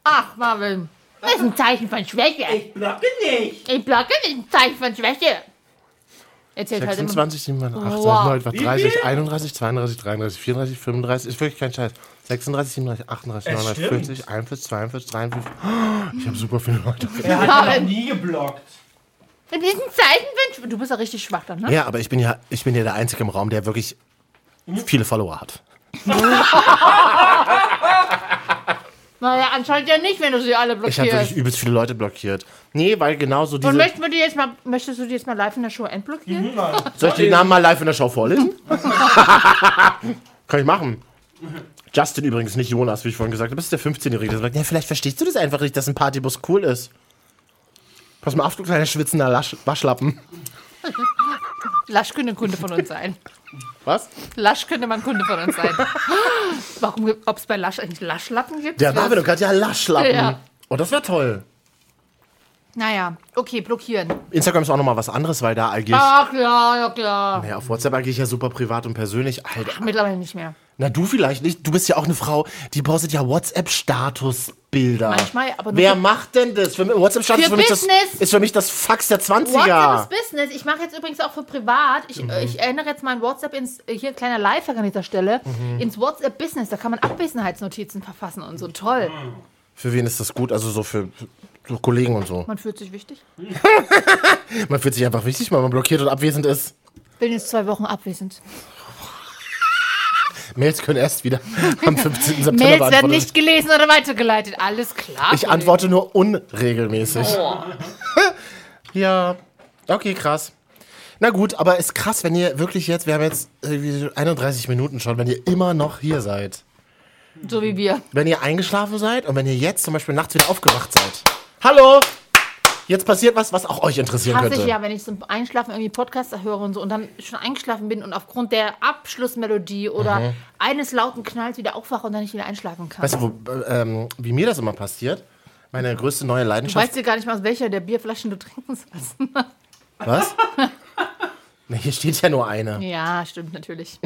ach, Marvin. Das ist ein Zeichen von Schwäche.
Ich blocke nicht.
Ich blocke nicht ein Zeichen von Schwäche. Erzählt halt immer.
26, 27, 28,
Wow.
29, 30, 31, 32, 33, 34, 35. Ist wirklich kein Scheiß. 36, 37, 38,
Es
39, 40, 41, 42, 43. Oh, Ich habe super viele Leute.
Er hat ihn noch nie geblockt.
In diesen Zeichen von Schwäche. Du bist ja richtig schwach dann, ne?
genau. Ja, aber ich bin ja, ich bin ja der Einzige im Raum, der wirklich
Mhm.
viele Follower hat.
Naja, anscheinend ja nicht, wenn du sie alle
Ich habe
blockierst.
wirklich übelst viele Leute blockiert. Nee, weil genauso diese. Mhm.
Und möchten wir die jetzt mal, möchtest du die jetzt mal live in der Show entblockieren?
Soll ich den Namen mal live in der Show vorlesen? Kann ich machen. Justin übrigens, nicht Jonas, wie ich vorhin gesagt habe. Das ist der 15-Jährige, der sagt, ja, vielleicht verstehst du das einfach nicht, dass ein Partybus cool ist. Pass mal auf, du kleiner schwitzender Lasch Waschlappen.
Lasch könnte ein Kunde von uns sein.
Was?
Lasch könnte mal ein Kunde von uns sein. Warum, ob es bei Lasch eigentlich Laschlappen gibt?
Der Marvin hat ja Laschlappen.
Ja.
Oh, das wäre toll.
Naja, okay, blockieren.
Instagram ist auch nochmal was anderes, weil da agiere ich.
Ach ja, ja klar.
Ja, auf WhatsApp agiere ich ja super privat und persönlich. Alter,
Mittlerweile nicht mehr.
na du vielleicht nicht. Du bist ja auch eine Frau, die postet ja WhatsApp-Statusbilder.
Manchmal, aber nur
Wer
für-
macht denn das? Für mich- WhatsApp-Status ist,
Für
für mich das-
Business.
ist für mich das Fax der 20er.
WhatsApp ist Business. Ich mache jetzt übrigens auch für privat. Ich,
Mhm.
äh, ich erinnere jetzt mein WhatsApp ins, äh, hier kleiner Lifehack an dieser Stelle,
Mhm.
ins WhatsApp Business. Da kann man Abwesenheitsnotizen verfassen und so. Toll.
Mhm. Für wen ist das gut? Also so für, für Kollegen und so.
Man fühlt sich wichtig.
Man fühlt sich einfach wichtig, weil man blockiert und abwesend ist.
Bin jetzt zwei Wochen abwesend.
Mails können erst wieder am 15. September
Mails werden
beantwortet
nicht gelesen oder weitergeleitet. Alles klar.
Ich antworte nur unregelmäßig. ja. Okay, krass. Na gut, aber ist krass, wenn ihr wirklich jetzt, wir haben jetzt irgendwie 31 Minuten schon, wenn ihr immer noch hier seid.
So wie wir.
Wenn ihr eingeschlafen seid und wenn ihr jetzt zum Beispiel nachts wieder aufgewacht seid. Hallo! Jetzt passiert was, was auch euch interessieren
Hasse
könnte.
ich ja, wenn ich zum Einschlafen irgendwie Podcasts höre und so und dann schon eingeschlafen bin und aufgrund der Abschlussmelodie oder eines lauten Knalls wieder aufwache und dann nicht wieder einschlafen kann.
Mhm. Weißt du, wo, äh, ähm, wie mir das immer passiert? Meine größte neue
Du
Leidenschaft.
weißt ja gar nicht mal, aus welcher der Bierflaschen du trinken sollst.
Was? Na, hier steht ja nur eine.
Ja, stimmt natürlich.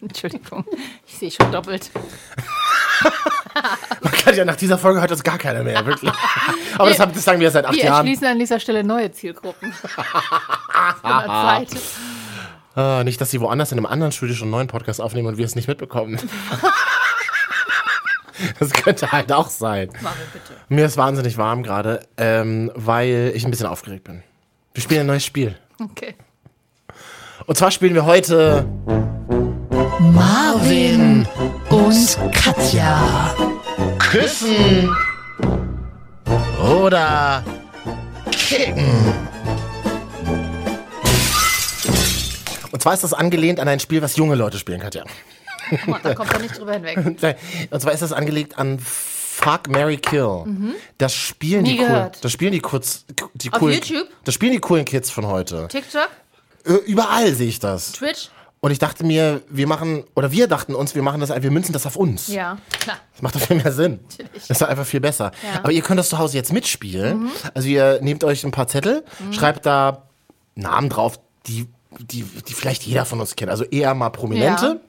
Entschuldigung, ich sehe schon doppelt.
Man kann ja nach dieser Folge hört uns gar keiner mehr, wirklich. Aber das, haben, das sagen wir seit acht
Wir
Jahren.
erschließen an dieser Stelle neue Zielgruppen. Es wird mal Zeit.
Äh, nicht, dass sie woanders in einem anderen Studio schon einen neuen Podcast aufnehmen und wir es nicht mitbekommen. das könnte halt auch sein. Mir ist wahnsinnig warm gerade, ähm, weil ich ein bisschen aufgeregt bin. Wir spielen ein neues Spiel.
Okay.
Und zwar spielen wir heute.
Marvin und Katja.
Küssen oder kicken. Und zwar ist das angelehnt an ein Spiel, was junge Leute spielen, Katja.
Guck mal, da kommt er nicht drüber hinweg.
Und zwar ist das angelegt an Fuck Mary Kill. Das spielen
Mhm. Nie
die cool,
gehört.
das spielen die kurz die
Auf
coolen,
YouTube?
Das spielen die coolen Kids von heute.
TikTok,
Äh, Überall sehe ich das.
Twitch,
Und ich dachte mir, wir machen oder wir dachten uns, wir machen das, wir münzen das auf uns.
ja, klar.
Das macht doch viel mehr Sinn. Das ist doch einfach viel besser. Aber ihr könnt das zu Hause jetzt mitspielen.
Mhm.
Also ihr nehmt euch ein paar Zettel, schreibt da Namen drauf, die, die, die vielleicht jeder von uns kennt. Also eher mal Prominente.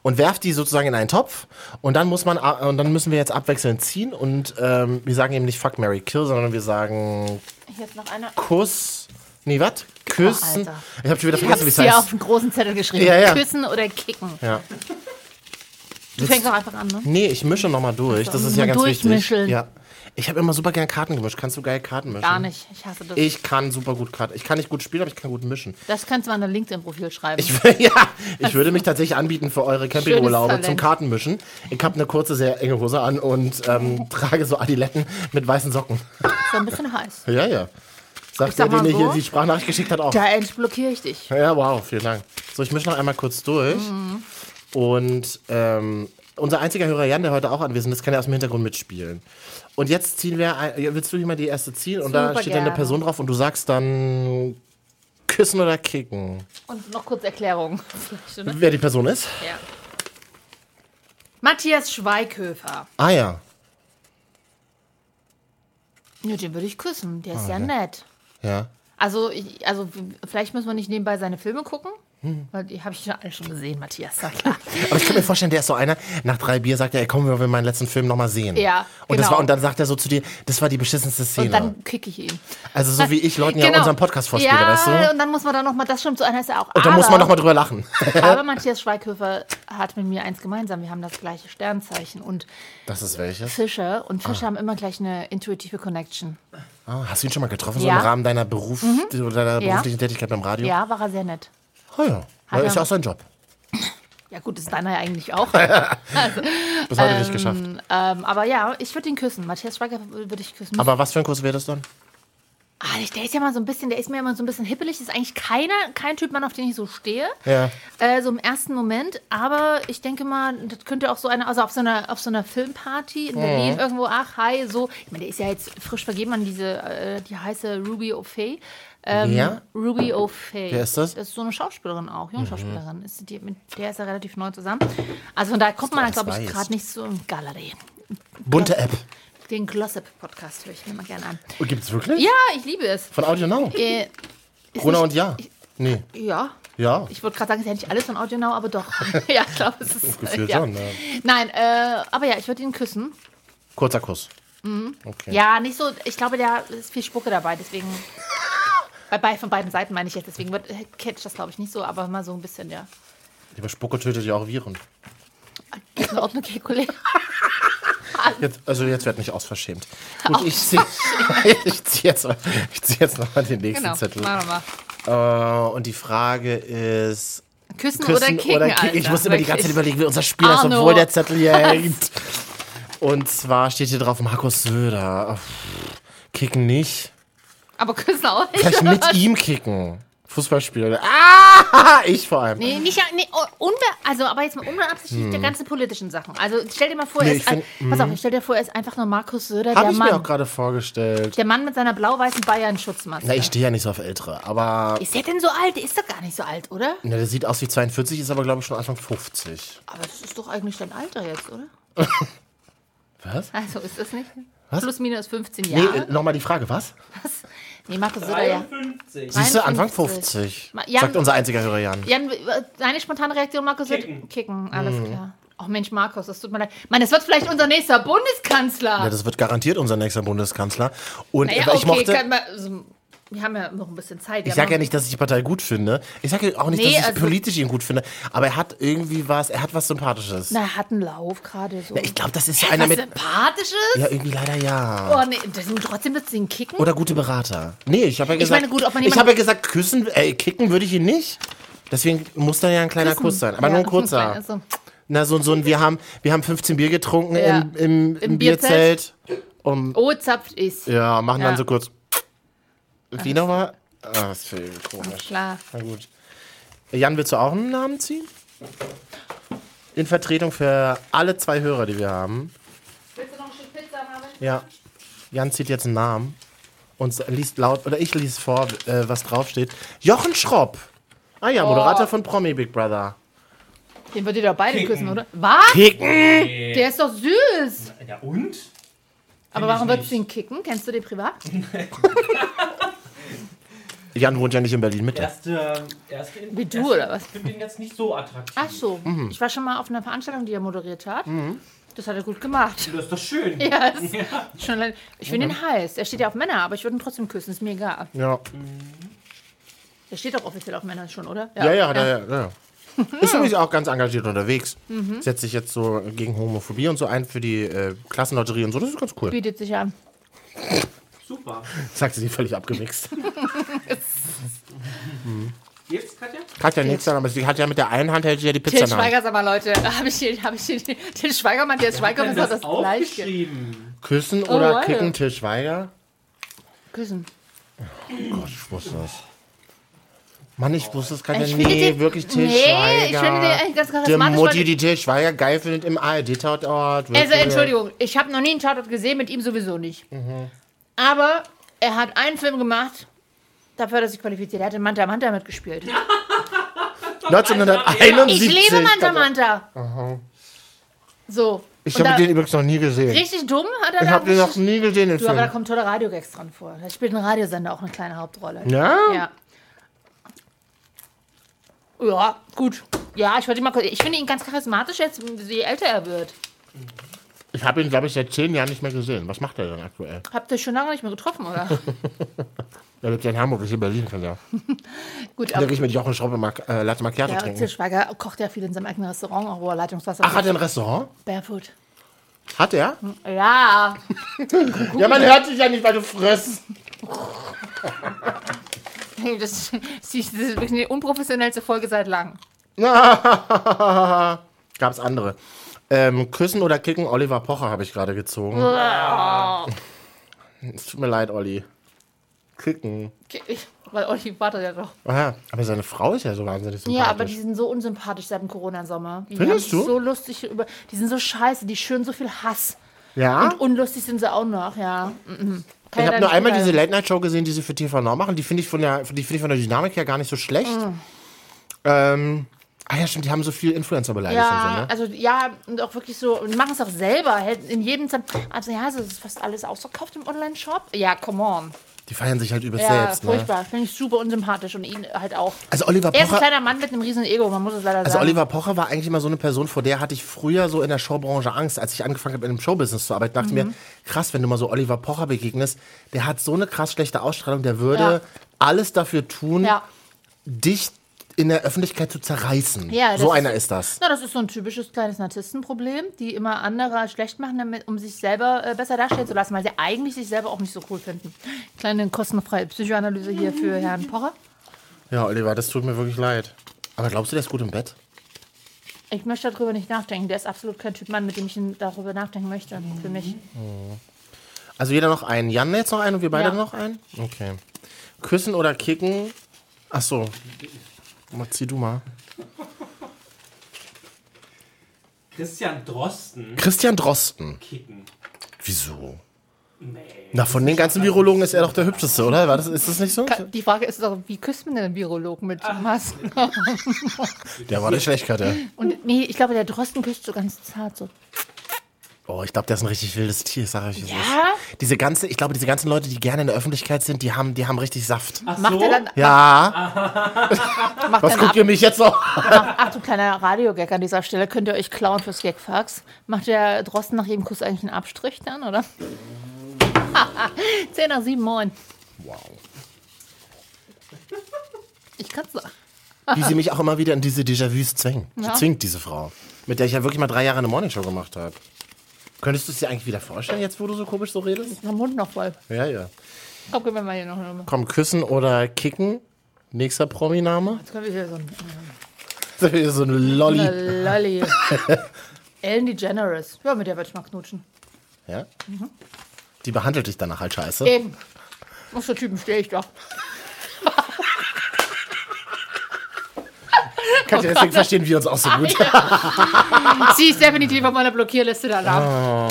Und werft die sozusagen in einen Topf und dann muss man a- und dann müssen wir jetzt abwechselnd ziehen und ähm, wir sagen eben nicht Fuck Mary Kill, sondern wir sagen
Hier ist noch einer.
Kuss. Nee, was? Küssen.
Oh, Alter.
ich habe schon wieder
Ich
vergessen,
habe
wie es
es dir auf
heißt.
einen großen Zettel geschrieben.
Ja, ja.
Küssen oder kicken.
Ja.
Du fängst auch einfach an, ne?
Nee, ich mische nochmal durch. Das ist ja ganz
Durchmischen.
wichtig. Ja. Ich habe immer super gern Karten gemischt. Kannst du geil Karten mischen?
Gar nicht. Ich hasse das.
Ich kann super gut Karten. Ich kann nicht gut spielen, aber ich kann gut mischen.
das kannst du mal in dein LinkedIn-Profil schreiben.
Ich, ja, ich würde mich tatsächlich anbieten für eure Campingurlaube
Schönes Talent.
zum Kartenmischen. Ich habe eine kurze, sehr enge Hose an und ähm, trage so Adiletten mit weißen Socken.
ist ja ein bisschen heiß.
Ja, ja. Sagt der,
sag mal
den ihr hier
so.
die Sprachnachricht geschickt hat, auch.
Da entblockiere ich dich.
Ja, wow, vielen Dank. So, ich mische noch einmal kurz durch. Und ähm, unser einziger Hörer Jan, der heute auch anwesend ist, kann ja aus dem Hintergrund mitspielen. Und jetzt ziehen wir, ein, willst du hier mal die erste ziehen? Und da
Super
steht dann eine
gerne.
Person drauf und du sagst dann küssen oder kicken.
Und noch kurz Erklärung. Vielleicht, ne?
Wer die Person ist?
ja. Matthias Schweighöfer.
Ah ja.
Ja, den würde ich küssen. Der ist
Ah,
ja nett.
Ja.
Also, ich, also vielleicht müssen wir nicht nebenbei seine Filme gucken.
Hm.
Weil die habe ich ja alle schon gesehen, Matthias. Na klar.
Aber ich kann mir vorstellen, der ist so einer, nach drei Bier sagt er, ey, komm, wir wollen meinen letzten Film nochmal sehen.
Ja,
Und, das
genau.
war, und dann sagt er so zu dir, das war die beschissenste Szene.
Und dann kicke ich ihn. Genau.
also so wie Genau. ich Leuten ja unseren Podcast vorspiele,
ja,
weißt du?
und dann muss man da nochmal, das stimmt, so einer ist er auch.
Und dann muss man nochmal drüber lachen.
aber Matthias Schweighöfer hat mit mir eins gemeinsam. Wir haben das gleiche Sternzeichen und
Das ist welches?
Fische. Und Fische haben immer gleich eine intuitive Connection.
Ah, hast du ihn schon mal getroffen, so
Ja. Mhm.
im Rahmen deiner, Beruf, deiner beruflichen Tätigkeit beim Radio?
Ja, war er sehr nett.
Ah ja. Ja,
Hat
ist ja
er-
auch sein Job.
Ja, gut, ist deiner ja eigentlich auch.
Bis heute nicht geschafft.
ähm, aber ja, ich würde ihn küssen. Matthias Schweighöfer würde ich küssen.
Aber was für ein Kurs wäre das dann?
Ah, der ist ja mal so ein bisschen, der ist mir immer so ein bisschen hippelig. Das ist eigentlich keiner, kein Typ, Mann, auf den ich so stehe.
Ja.
Äh, so im ersten Moment. Aber ich denke mal, das könnte auch so einer, also auf so einer, auf so einer Filmparty in Berlin irgendwo, ach, hi, so. Ich meine, der ist ja jetzt frisch vergeben an diese, äh, die heiße Ruby O'Fay. Ähm,
Ja?
Ruby O'Fay.
Wer ist das? Mhm.
Das ist so eine Schauspielerin auch, junge Schauspielerin. Ist die, mit der ist er relativ neu zusammen. Also von daher kommt man da,
alles
glaube ich,
weiß.
gerade nicht so im Galerie.
Bunte App.
Den Glossip-Podcast höre ich mir mal gerne an.
Oh, gibt's wirklich?
Ja, ich liebe es.
Von Audio Now?
Äh, ist
Corona
nicht-
und Ja. Nee,
Ja,
ja.
ich wollte gerade sagen, es ist ja nicht alles von Audio Now, aber doch. ja, ich glaube, es ist.
Gefühlt
ja.
schon, ne? ja.
Nein, äh, aber ja, ich würde ihn küssen.
Kurzer Kuss. Okay.
Mhm. Ja, nicht so, ich glaube, da ist viel Spucke dabei, deswegen. Bei, bei, von beiden Seiten meine ich jetzt, deswegen wird, catch das glaube ich nicht so, aber mal so ein bisschen, ja.
Aber Spucke tötet ja auch Viren.
Ist in Ordnung, okay, Kollege.
Jetzt, also jetzt werd nicht ausverschämt. Gut, ich ziehe ich zieh jetzt, ich zieh jetzt nochmal den nächsten
Genau,
Zettel.
machen wir mal.
Äh, und die Frage ist...
Küssen,
Küssen
oder kicken, Alter.
kicken? Ich muss immer die ganze Zeit
Wirklich.
überlegen, wie unser Spiel ist,
Arno.
obwohl der Zettel hier hängt. Und zwar steht hier drauf Markus Söder. Kicken nicht.
Aber küssen auch nicht.
Vielleicht mit ihm kicken. Fußballspieler. Ah, ich vor allem.
Nee, nicht, ja- nee, oh, unbe also, aber jetzt mal unbeabsichtigt der ganzen politischen Sachen. Also, stell dir mal vor, er
Hm. ich
ist, ein- pass auf, stell dir vor, er ist einfach nur Markus Söder,
Habe
der
ich mir auch
Mann.
gerade vorgestellt.
Der Mann mit seiner blau-weißen Bayern-Schutzmaske.
Na, ich stehe ja nicht so auf Ältere, aber
Ist der denn so alt? Der ist doch gar nicht so alt, oder?
na, der sieht aus wie 42, ist aber glaube ich schon Anfang 50.
Aber das ist doch eigentlich dein Alter jetzt, oder?
Was?
Also ist das nicht?
Was?
Plus minus 15
Nee,
Jahre.
äh, nochmal die Frage, was?
Nee, Markus Söder, ja.
53.
Siehst du, Anfang 50.
51. Ma- Jan-
sagt unser einziger Hörer Jan.
Jan, äh, deine spontane Reaktion, Markus? wird-
Kicken.
Kicken, alles
Mhm.
klar. Ach Mensch, Markus, das tut mir leid. Mann, das wird vielleicht unser nächster Bundeskanzler.
Ja, das wird garantiert unser nächster Bundeskanzler. Und
naja,
aber
okay,
ich mochte,
kann man, also, wir haben ja noch ein bisschen Zeit.
Ich sage ja nicht, dass ich die Partei gut finde. Ich sage ja auch nicht,
Nee,
dass ich
also-
politisch ihn gut finde. Aber er hat irgendwie was, er hat was Sympathisches.
Na, er hat einen Lauf gerade so.
Ich glaube, das ist so einer
was
mit.
Sympathisches?
Ja, irgendwie leider ja.
Oh, nee, das sind trotzdem das Ding kicken.
Oder gute Berater. Nee, ich habe ja gesagt.
Oh. meine, gut, ob man
ich
jemanden-
habe ja gesagt, küssen, äh, kicken würde ich ihn nicht. Deswegen muss da ja ein kleiner Kuss sein. Aber
Ja,
nur ein
das muss
kurzer.
sein, also.
Na, so, so ein, wir haben, wir haben 15 Bier getrunken
Ja.
im, im, im
Im
Bierzelt. Um,
Oh, zapft ist.
ja, machen dann
Ja.
so kurz. Wie nochmal? Ah, das ist irgendwie komisch.
Klar.
Na gut. Jan, willst du auch einen Namen ziehen? In Vertretung für alle zwei Hörer, die wir haben.
Willst du noch ein Stück Pizza haben?
Ja. Jan zieht jetzt einen Namen und liest laut, oder ich lese vor, äh, was draufsteht. Jochen Schropp. Ah ja, Moderator von Promi Big Brother.
Den würdet ihr doch beide küssen, oder? Was?
Kicken!
Der ist doch süß.
Ja, und?
Aber warum würdest du ihn kicken? Kennst du den privat?
Mhm. Jan wohnt ja nicht in Berlin mit.
Erste, erste
Wie du, oder was? Ah.
Ich finde den jetzt nicht so attraktiv.
Ach so.
Mhm.
Ich war schon mal auf einer Veranstaltung, die er moderiert hat. Das hat er gut gemacht.
Das ist doch schön.
Yes. Schon leid- ich finde ihn heiß. Er steht ja auf Männer, aber ich würde ihn trotzdem küssen. Ist mir egal.
Ja.
Der steht doch offiziell auf Männer schon, oder?
Ja, ja, ja, ja. ja. Ist übrigens auch ganz engagiert unterwegs. Setzt sich jetzt so gegen Homophobie und so ein für die äh, Klassenlotterie und so. Das ist ganz cool.
Bietet sich ja an.
Super.
Sagt sie völlig abgewichst.
Jetzt, Katja?
Katja nichts an, aber sie hat ja mit der einen Hand hält sie ja die Pizza
Till
in der Hand.
Schweiger, sag mal, Leute. Habe ich hier, habe ich hier den Schweiger, Matthias Schweiger, ist doch das gleiche.
aufgeschrieben.
Küssen oder
Oh, wow.
kicken Till Schweiger?
Küssen.
Gott, ich wusste das. Mann, ich wusste es gerade.
Ich
ja.
finde
Nee,
die-
wirklich Til
Nee, ich
Schweiger.
finde die eigentlich ganz
Die
charismatisch,
Mutti,
weil-
die Til Schweiger geil findet im ARD-Tatort. wird
Also
wieder-
Entschuldigung, ich habe noch nie einen Tatort gesehen, mit ihm sowieso nicht.
Mhm.
Aber er hat einen Film gemacht, dafür hat er sich qualifiziert. Er hat in Manta Manta mitgespielt. Ich
1971.
liebe Manta Manta. So.
Ich
Und
habe
da-
den übrigens noch nie gesehen.
richtig dumm hat er
Ich habe den
da.
noch nie gesehen, den
Du, aber da
Film.
kommen tolle Radiogags dran vor. Da spielt ein Radiosender auch eine kleine Hauptrolle.
Ja?
Ja. Ja, gut. Ja, ich wollte ihn mal kurz. Ich finde ihn ganz charismatisch jetzt, je älter er wird.
Ich habe ihn, glaube ich, seit zehn Jahren nicht mehr gesehen. Was macht er denn aktuell?
Habt ihr euch schon lange nicht mehr getroffen, oder?
Er lebt ja in Hamburg, ist in Berlin, kann ja.
gut,
Da
aber
gehe ich mit Jochen Schraube Mac äh, Latte Macchiato
ja, Till
trinken.
Schweiger kocht ja viel in seinem eigenen Restaurant, auch wo er Leitungswasser
Ach, hat er ein Restaurant?
Barefoot.
Hat er?
Ja.
Ja, man hört sich ja nicht, weil du frisst.
Das ist, das ist wirklich eine unprofessionellste Folge seit langem.
Gab's andere. Ähm, Küssen oder Kicken, Oliver Pocher habe ich gerade gezogen. es tut mir leid, Olli. Kicken.
Okay, Weil Olli wartet ja doch.
Aha, aber seine Frau ist ja so wahnsinnig sympathisch.
Ja, aber die sind so unsympathisch seit dem Corona-Sommer. Die
Findest du?
haben sich so lustig über. Die sind so scheiße, die schüren so viel Hass.
ja?
Und unlustig sind sie auch noch, ja. Mhm. Kann
Ich habe
ja dann
nur
nicht
einmal diese
urteilen.
Late-Night-Show gesehen, die sie für TV Now machen. Die finde ich, von der- die finde ich von der Dynamik her gar nicht so schlecht.
Mhm.
Ähm, ah ja, stimmt, die haben so viel Influencer beleidigt. und so,
Ja,
ne?
also ja, und auch wirklich so, und die machen es auch selber. halt In jedem Zeit. Also ja, es ist fast alles ausverkauft im Online-Shop. Ja, come on.
Die feiern sich halt übelst
Ja,
selbst. Ne?
furchtbar. Finde ich super unsympathisch und ihn halt auch.
Also Oliver
Er ist ein
Pocher-
kleiner Mann mit einem riesen Ego, man muss es leider
Also
sagen.
Oliver Pocher war eigentlich immer so eine Person, vor der hatte ich früher so in der Showbranche Angst, als ich angefangen habe, in einem Showbusiness zu arbeiten. Dachte ich
Mhm.
mir, krass, wenn du mal so Oliver Pocher begegnest, der hat so eine krass schlechte Ausstrahlung, der würde
Ja.
alles dafür tun,
ja.
dich in der Öffentlichkeit zu zerreißen.
Ja, das
so
ist-
einer ist das.
Na, das ist so ein typisches kleines Narzisstenproblem, die immer andere schlecht machen, damit, um sich selber äh, besser darstellen zu lassen, weil sie eigentlich sich selber auch nicht so cool finden. Kleine kostenfreie Psychoanalyse hier für Herrn Pocher.
Ja, Oliver, das tut mir wirklich leid. Aber glaubst du, der ist gut im Bett?
Ich möchte darüber nicht nachdenken. Der ist absolut kein Typ Mann, mit dem ich darüber nachdenken möchte. Für mich.
Also jeder noch einen. Jan jetzt noch einen und wir beide
Ja.
noch einen? Okay. Küssen oder kicken? Ach so. Mal Zieh du mal.
Christian Drosten
Christian Drosten.
kicken.
Wieso? Na, von den ganzen Virologen ist er doch der hübscheste, oder? War das, ist das nicht so?
Die Frage ist doch, wie küsst man denn einen Virologen mit Masken?
Der war der Schlechtkarte.
Und nee, ich glaube, der Drosten küsst so ganz zart. So.
Oh, ich glaube, der ist ein richtig wildes Tier, sag ich. Ja?
Ja?
Diese ganze, ich glaube, diese ganzen Leute, die gerne in der Öffentlichkeit sind, die haben, die haben richtig Saft.
Ach
Macht
so?
er dann,
Ja.
macht
Was
dann ab,
guckt ihr mich jetzt noch?
ach du kleiner Radiogag an dieser Stelle, könnt ihr euch klauen fürs Gagfax. Macht der Drosten nach jedem Kuss eigentlich einen Abstrich dann, oder? 10 nach 7, moin.
Wow.
Ich kann's sagen.
Wie sie mich auch immer wieder in diese Déjà-vus zwingt.
Ja.
Zwingt diese Frau. Mit der ich ja wirklich mal drei Jahre eine Morningshow gemacht habe. Könntest du es dir eigentlich wieder vorstellen, jetzt wo du so komisch so redest?
Ist mein Mund noch voll.
Ja, ja.
Komm, gib mir mal hier noch eine Nummer.
Komm, küssen oder kicken. Nächster Prominame.
Jetzt können wir hier so ein
So eine Lolli.
äh, Lolli. Ellen DeGeneres. Ja, mit der würde ich mal knutschen.
Ja? Die behandelt dich danach halt scheiße.
Mhm. Eben. Auf so Typen stehe ich doch.
Kannst du
Oh
deswegen verstehen wir uns auch so gut.
Sie ist definitiv auf meiner Blockierliste danach.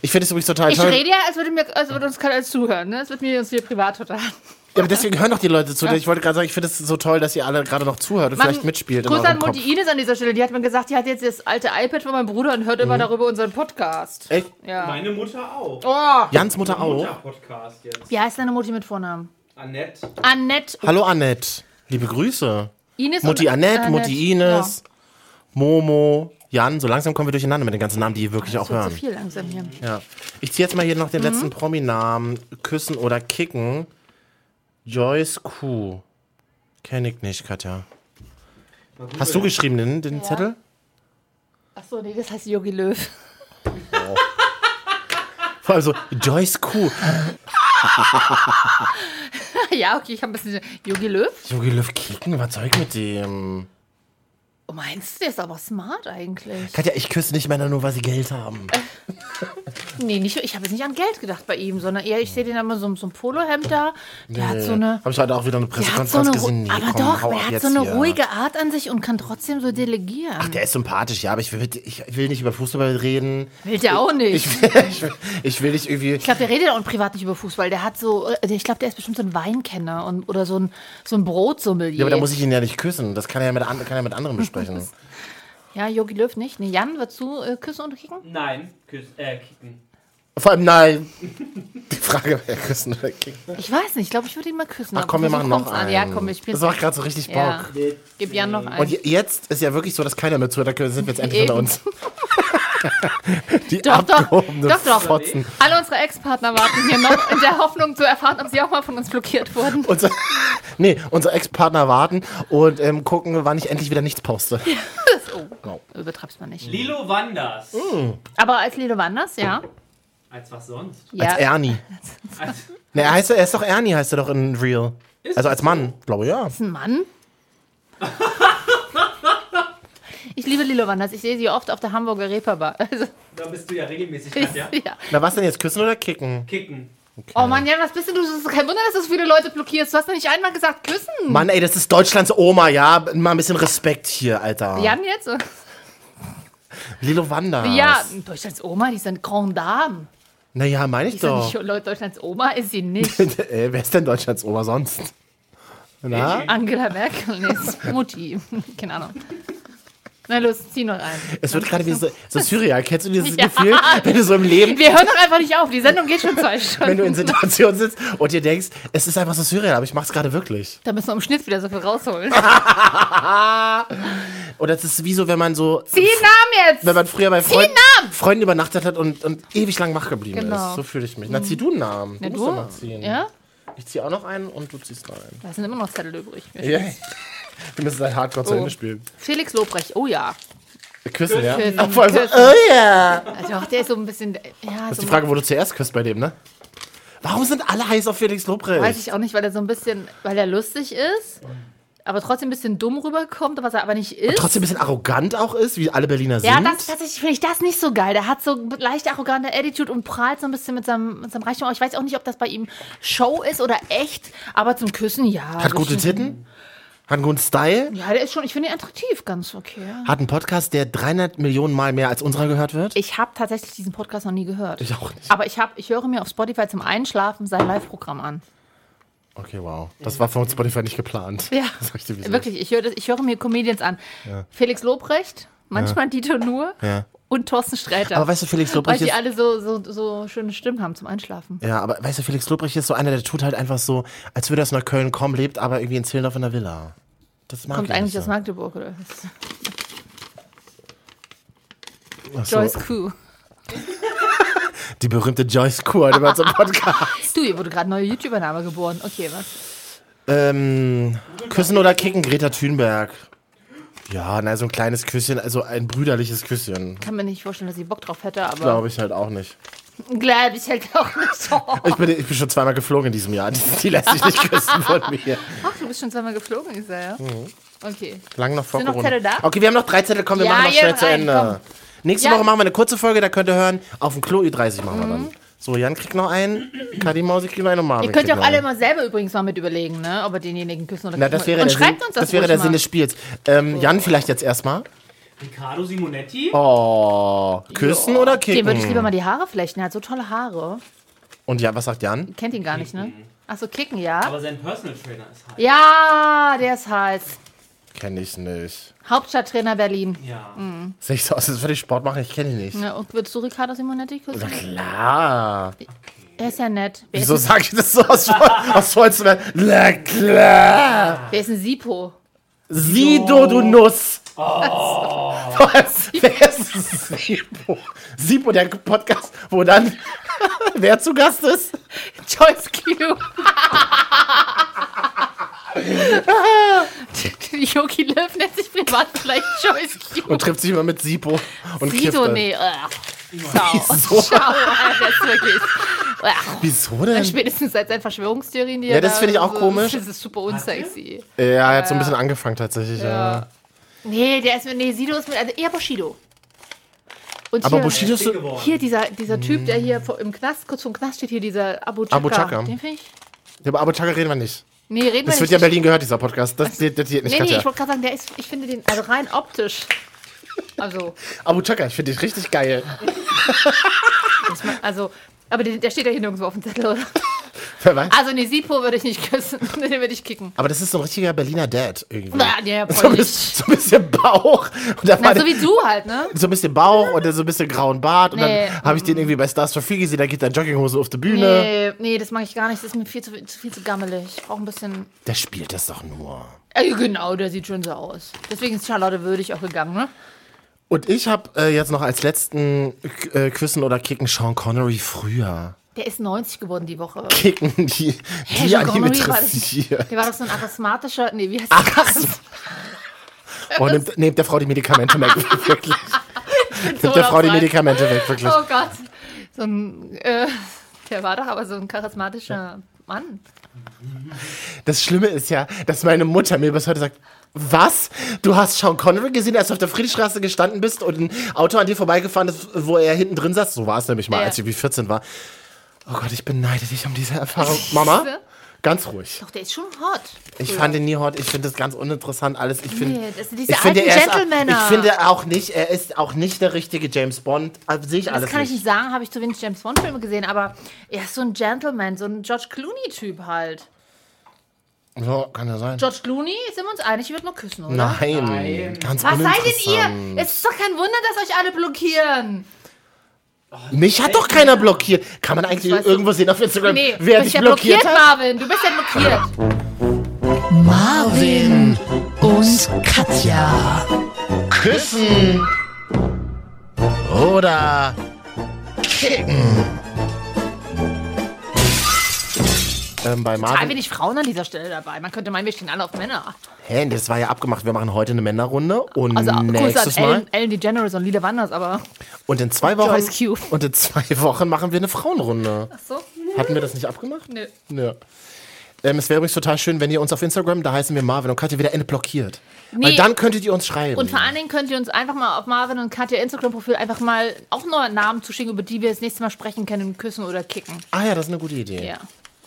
Ich finde es übrigens total
Oh. Ich
Ah, toll.
rede ja, als würde, mir, als würde uns keiner zuhören. Ne? Es wird mir uns hier privat unterhalten.
Ja, aber deswegen hören doch die Leute zu. Ich wollte gerade sagen, ich finde es so toll, dass ihr alle gerade noch zuhört und vielleicht
Mann,
mitspielt. in
Gruß
eurem
an Mutti
Kopf.
Ines an dieser Stelle. Die hat mir gesagt, die hat jetzt das alte iPad von meinem Bruder und hört
Mhm.
immer darüber unseren Podcast.
Echt?
Ja.
Meine Mutter auch.
Ah. Oh.
Jans Mutter auch.
Mutter-Podcast jetzt.
Wie heißt deine Mutti mit Vornamen?
Annette.
Annette.
Hallo Annette. Liebe Grüße.
Ines
Mutti
und
Annette, Mutti Ines, Momo, Jan. So langsam kommen wir durcheinander mit den ganzen Namen, die ihr wirklich auch
Ja. Zu
hören.
viel Mhm. langsam hier.
Ja. Ich ziehe jetzt mal hier noch den letzten Prominamen. Küssen oder kicken. Joyce Q. Kenn ich nicht, Katja. Hast du geschrieben den, den Zettel?
Achso, nee, das heißt Yogi Löw.
Vor allem so, Also, Joyce Q.
ja, okay, ich habe ein bisschen. Yogi Löw?
Jogi Löw kicken, was soll ich mit dem?
Oh, meinst du, der ist aber smart eigentlich.
Katja, ich küsse nicht Männer nur, weil sie Geld haben.
Nee, nicht, ich habe jetzt nicht an Geld gedacht bei ihm, sondern eher, ich sehe den immer so, so ein Polohemd da. Der hat so eine.
Habe ich heute auch wieder eine
Der hat so
Pressekonferenz
eine,
gesehen.
Ru-
Nee,
aber
komm,
doch,
hau ab
er hat
jetzt
so eine
hier.
ruhige Art an sich und kann trotzdem so delegieren. Ach,
Der ist sympathisch, ja, aber ich will, ich will nicht über Fußball reden.
Will der auch nicht. Ich,
Ich will, ich will, ich will nicht irgendwie.
glaube, der redet auch privat nicht über Fußball. Der hat so, äh, ich glaube, der ist bestimmt so ein Weinkenner und, oder so ein, so ein Brotsommelier.
Ja, aber da muss ich ihn ja nicht küssen. Das kann er ja mit, an- kann er mit anderen besprechen.
Ja, Jogi Löw nicht. Nee, Jan, würdest du äh, küssen und kicken?
Nein, küss, äh, kicken.
Vor allem nein. Die Frage, wer küssen oder kicken.
Ich weiß nicht, ich glaube, ich würde ihn mal küssen.
Ach
aber
komm, wir
versuch
machen noch
Genau, kommt's an.
einen.
Ja, komm, wir spielen.
das macht gerade so richtig Bock.
Ja. Gib Jan noch einen.
Und je- jetzt ist ja wirklich so, dass keiner mehr zuhört. Da können- sind wir jetzt endlich unter
Eben.
uns. Die
Doch, doch.
abgehobene
Doch, doch.
Fotzen.
Alle unsere Ex-Partner warten hier noch in der Hoffnung zu erfahren, ob sie auch mal von uns blockiert wurden.
Unser, nee, unser Ex-Partner warten und ähm, gucken, wann ich endlich wieder nichts poste. Oh.
Oh, Übertreib's mal nicht.
Lilo Wanders.
Mm. Aber als Lilo Wanders, ja.
Als was sonst?
ja.
Als Ernie.
Als,
Nee, er, heißt, er ist doch Ernie, heißt er doch in Real. Also als Mann, glaube ja.
Ist ein Mann? Ich liebe Lilo Wanders. Ich sehe sie oft auf der Hamburger Reeperbahn. Also,
da bist du ja regelmäßig, Katja.
ja.
Na, was denn jetzt, küssen oder kicken?
Kicken.
Oh Mann, Jan, was bist denn du? Das ist kein Wunder, dass du so viele Leute blockierst. Du hast doch nicht einmal gesagt küssen.
Mann, ey, das ist Deutschlands Oma, ja? Mal ein bisschen Respekt hier, Alter.
Jan jetzt?
Lilo Wanders.
Ja, Deutschlands Oma, die ist eine Grande Dame.
Naja, meine ich
Ist doch.
doch.
nicht Leute, Deutschlands Oma ist sie nicht.
Äh, wer ist denn Deutschlands Oma sonst? Na?
Angela Merkel ist Mutti. Keine Ahnung. Na los, zieh noch ein.
Es wird gerade wie so, so Syrien. Kennst du dieses
Ja.
Gefühl, wenn du so im Leben,
Wir hören doch einfach nicht auf. Die Sendung geht schon zwei
wenn du in
Stunden.
Situationen sitzt und dir denkst, es ist einfach so Syrien, aber ich mach's gerade wirklich.
Da müssen wir im Schnitt wieder so viel rausholen.
Ah. Oder es ist wie so, wenn man so,
Zieh den Namen jetzt!
wenn man früher bei Freund,
Namen!
Freunden übernachtet hat und, und ewig lang wach geblieben
Genau.
ist. So fühle ich mich. Na, zieh du einen Namen. Du
Ja,
musst
du?
doch mal ziehen.
Ja?
Ich zieh auch noch einen und du ziehst noch einen.
Da sind immer noch Zettel übrig.
Yay. Wir müssen ein Hardcore zu
Oh.
Ende spielen.
Felix Lobrecht, oh ja.
Küssen, ja?
Küssen,
Ach, vor allem so,
küssen.
oh yeah.
Also auch der ist so ein bisschen. Ja,
Das
so
ist die Frage, wo du zuerst küsst bei dem, ne? Warum sind alle heiß auf Felix Lobrecht?
weiß ich auch nicht, weil er so ein bisschen, weil er lustig ist, aber trotzdem ein bisschen dumm rüberkommt, was er aber nicht ist.
Trotzdem ein bisschen arrogant auch ist, wie alle Berliner sind.
ja, das, tatsächlich finde ich das nicht so geil. Der hat so leicht arrogante Attitude und prahlt so ein bisschen mit seinem, mit seinem Reichtum. Aber Ich weiß auch nicht, ob das bei ihm Show ist oder echt, aber zum Küssen ja.
Hat gute Titten, hat einen guten Style,
Ja, der ist schon, ich finde ihn attraktiv, ganz okay.
hat einen Podcast, der 300 Millionen Mal mehr als unserer gehört wird.
Ich habe tatsächlich diesen Podcast noch nie gehört.
Ich auch nicht.
Aber ich, hab, ich höre mir auf Spotify zum Einschlafen sein Live-Programm an.
Okay, wow. Das war von Spotify nicht geplant.
Ja,
Das sag ich dir, wie es
wirklich. Ich höre, das- ich höre mir Comedians an. Felix Lobrecht, manchmal Dieter Nuhr
Ja.
und Thorsten Sträter.
ist. Aber weißt du, Felix
weil
Lobrecht
die
ist...
alle so, so, so schöne Stimmen haben zum Einschlafen.
Ja, aber weißt du, Felix Lobrecht ist so einer, der tut halt einfach so, als würde er aus einer Köln kommen, lebt aber irgendwie in Zillendorf in der Villa. Das mag
Kommt
ich
eigentlich
nicht
aus
so.
Magdeburg, oder?
Ach so,
Joyce Kuh.
Die berühmte Joyce Kuhr hat immer so einen Podcast.
Du, ihr wurde gerade neuer YouTuber-Name geboren. Okay, was?
Ähm, küssen oder kicken, Greta Thunberg. Ja, na, so ein kleines Küsschen, also ein brüderliches Küsschen.
Kann mir nicht vorstellen, dass ich Bock drauf hätte, aber.
Glaube ich halt auch nicht.
Glaube ich halt auch nicht so.
Ich bin, ich bin schon zweimal geflogen in diesem Jahr. Die, die lässt sich nicht küssen von mir.
Ach, du bist schon zweimal geflogen, Isa, ja?
Mhm.
Okay.
Lang noch vor
Sind noch
Corona.
Zettel da?
Okay, wir haben noch drei Zettel. Komm, wir
Ja,
machen noch
hier
schnell zu
rein,
Ende. Nächste
Ja. Mhm.
Woche machen wir eine kurze Folge, da könnt ihr hören. Auf dem Klo Ü30 machen wir dann. So, Jan kriegt noch einen, Kadi Mausi kriegt noch einen und Marvin
Ihr könnt
kriegt
ja auch
noch
alle
einen.
mal selber übrigens mal mit überlegen, ne? Ob ihr denjenigen küssen oder
Na, das wäre
Und
der Sinn,
schreibt uns das
wäre
ruhig
der
mal.
Sinn des Spiels. Ähm, Jan vielleicht jetzt erstmal.
Riccardo Simonetti.
Oh, küssen oder
Dem würde ich lieber
kicken?
mal die Haare flechten. Er hat so tolle Haare.
Und ja, was sagt Jan?
Kennt ihn gar nicht, ne? Achso, kicken, ja.
Aber sein Personal Trainer ist halt.
Ja, der ist heiß.
Kenne ich nicht.
Hauptstadttrainer Berlin.
Ja.
Mm.
Sehe ich so aus, als würde ich Sport machen, ich kenne ihn nicht.
Ne, und würdest du Riccardo Simonetti küssen?
Klar.
Er ist ja nett. Wer ist,
Wieso sage ich das so aus, aus Holzmann? Na klar.
ein- wer ist ein Sipo?
Sido, du Nuss.
Oh.
Was? Wer ist Sipo? Sipo, der Podcast, wo dann wer zu Gast ist?
Joyce Q. Joki Löw nennt sich privat vielleicht Joyce Q.
Und trifft sich immer mit Sipo. Und kifft
Sido,
dann.
nee. Ach, Sau. Schau, Alter, das ist wirklich. Ach.
Wieso denn?
Spätestens seit seinen Verschwörungstheorien, die
Ähm, Ja,
er
das
da-
finde ich auch
so-
komisch.
Das ist super unsexy.
Ja, er hat so ein bisschen angefangen tatsächlich. Ja.
Nee, der ist mit, nee, Sido ist mit, also eher Bushido. Und
Aber
hier,
Bushido ist so-
hier dieser, dieser Typ, der hier vor, im Knast, kurz vor dem Knast steht, hier dieser Abu Chaka.
Abu Chaka.
Hm. Den finde ich.
Über Abu Chaka reden wir nicht.
Nee, reden
Das wird
wir nicht.
ja in Berlin gehört, dieser Podcast. Das datiert nicht,
Also- nee, nee, ich
Katja.
wollte gerade sagen, der ist, ich finde den, also rein optisch. Also,
Abu Chaka, ich finde dich richtig geil.
also, aber der, der steht ja hier nirgendwo auf dem Zettel, oder?
Wer weiß?
Also, nee, Sipo würde ich nicht küssen, den würde ich kicken.
Aber das ist so ein richtiger Berliner Dad irgendwie.
Na, der
so, ein
voll
bisschen, so ein bisschen Bauch. Und da
Na,
war
so
der-
wie du halt, ne?
so ein bisschen Bauch und dann so ein bisschen grauen Bart. Und
Nee.
dann habe ich den irgendwie bei Stars for Free gesehen. Da geht dann Jogginghose auf die Bühne.
Nee, nee, das mag ich gar nicht. Das ist mir viel zu, zu, viel zu gammelig. Ich brauche ein bisschen.
Der spielt das doch nur.
Ey, genau, der sieht schon so aus. Deswegen ist Charlotte würdig auch gegangen, ne?
Und ich habe äh, jetzt noch als letzten äh, Küssen oder Kicken Sean Connery früher.
Der ist 90 geworden die Woche.
Kicken, die,
Hey,
die
Sean
an ihm
Connery war
interessiert.
Der war doch so ein arithmatischer. Nee, wie heißt
Ach,
das?
so. Oh, nimmt, nimmt der Frau die Medikamente weg, wirklich. Nimmt der
so
Frau die
laut.
Medikamente weg, wirklich.
Oh Gott. So ein. Äh, der war doch aber so ein charismatischer Mann.
Das Schlimme ist ja, dass meine Mutter mir bis heute sagt, was? Du hast Sean Connery gesehen, als du auf der Friedrichstraße gestanden bist und ein Auto an dir vorbeigefahren ist, wo er hinten drin saß? So war es nämlich mal,
Ja.
als ich wie 14 war. Oh Gott, ich beneide dich um diese Erfahrung. Mama, ganz ruhig.
Doch, der ist schon hot.
Ich fand ihn nie hot. Ich finde das ganz uninteressant alles. Ich finde,
Nee, das sind diese
ich finde,
alten
er ist,
Gentlemänner.
ich finde auch nicht, er ist auch nicht der richtige James Bond. Also, Sehe ich
Das
alles
kann
nicht.
ich nicht sagen, habe ich zu wenig James Bond-Filme gesehen, aber er ist so ein Gentleman, so ein George Clooney-Typ halt.
Ja, kann ja sein.
George Clooney, sind wir uns einig, wird nur küssen, oder?
Nein, ganz
Was seid
uninteressant.
denn ihr? Es ist doch kein Wunder, dass euch alle blockieren.
Mich hat doch keiner blockiert. Kann man eigentlich
weißt du-
irgendwo sehen auf Instagram,
Nee,
wer
du
dich
bist ja
blockiert,
blockiert,
hat?
Marvin. Du bist ja blockiert.
Marvin und Katja.
Küssen oder kicken. Ähm, bei
Ein
Marvin,
wenig Frauen an dieser Stelle dabei. Man könnte meinen, wir stehen alle auf Männer.
hey, das war ja abgemacht. Wir machen heute eine Männerrunde und
Also Grüße an
Hm, nächstes Mal
Ellen, Ellen DeGeneres und Lila Wanders, aber
und in zwei Wochen
Joyce Q.
und in zwei Wochen machen wir eine Frauenrunde.
so.
Hatten wir das nicht abgemacht?
Nö.
Nö. Ähm, es wäre übrigens total schön, wenn ihr uns auf Instagram, da heißen wir Marvin und Katja wieder Ende blockiert. Weil
Nee.
dann könntet ihr uns schreiben.
Und vor allen Dingen könnt ihr uns einfach mal auf Marvin und Katja Instagram-Profil einfach mal auch nur Namen zuschicken, über die wir das nächste Mal sprechen können, küssen oder kicken.
ah ja, das ist eine gute Idee.
Ja.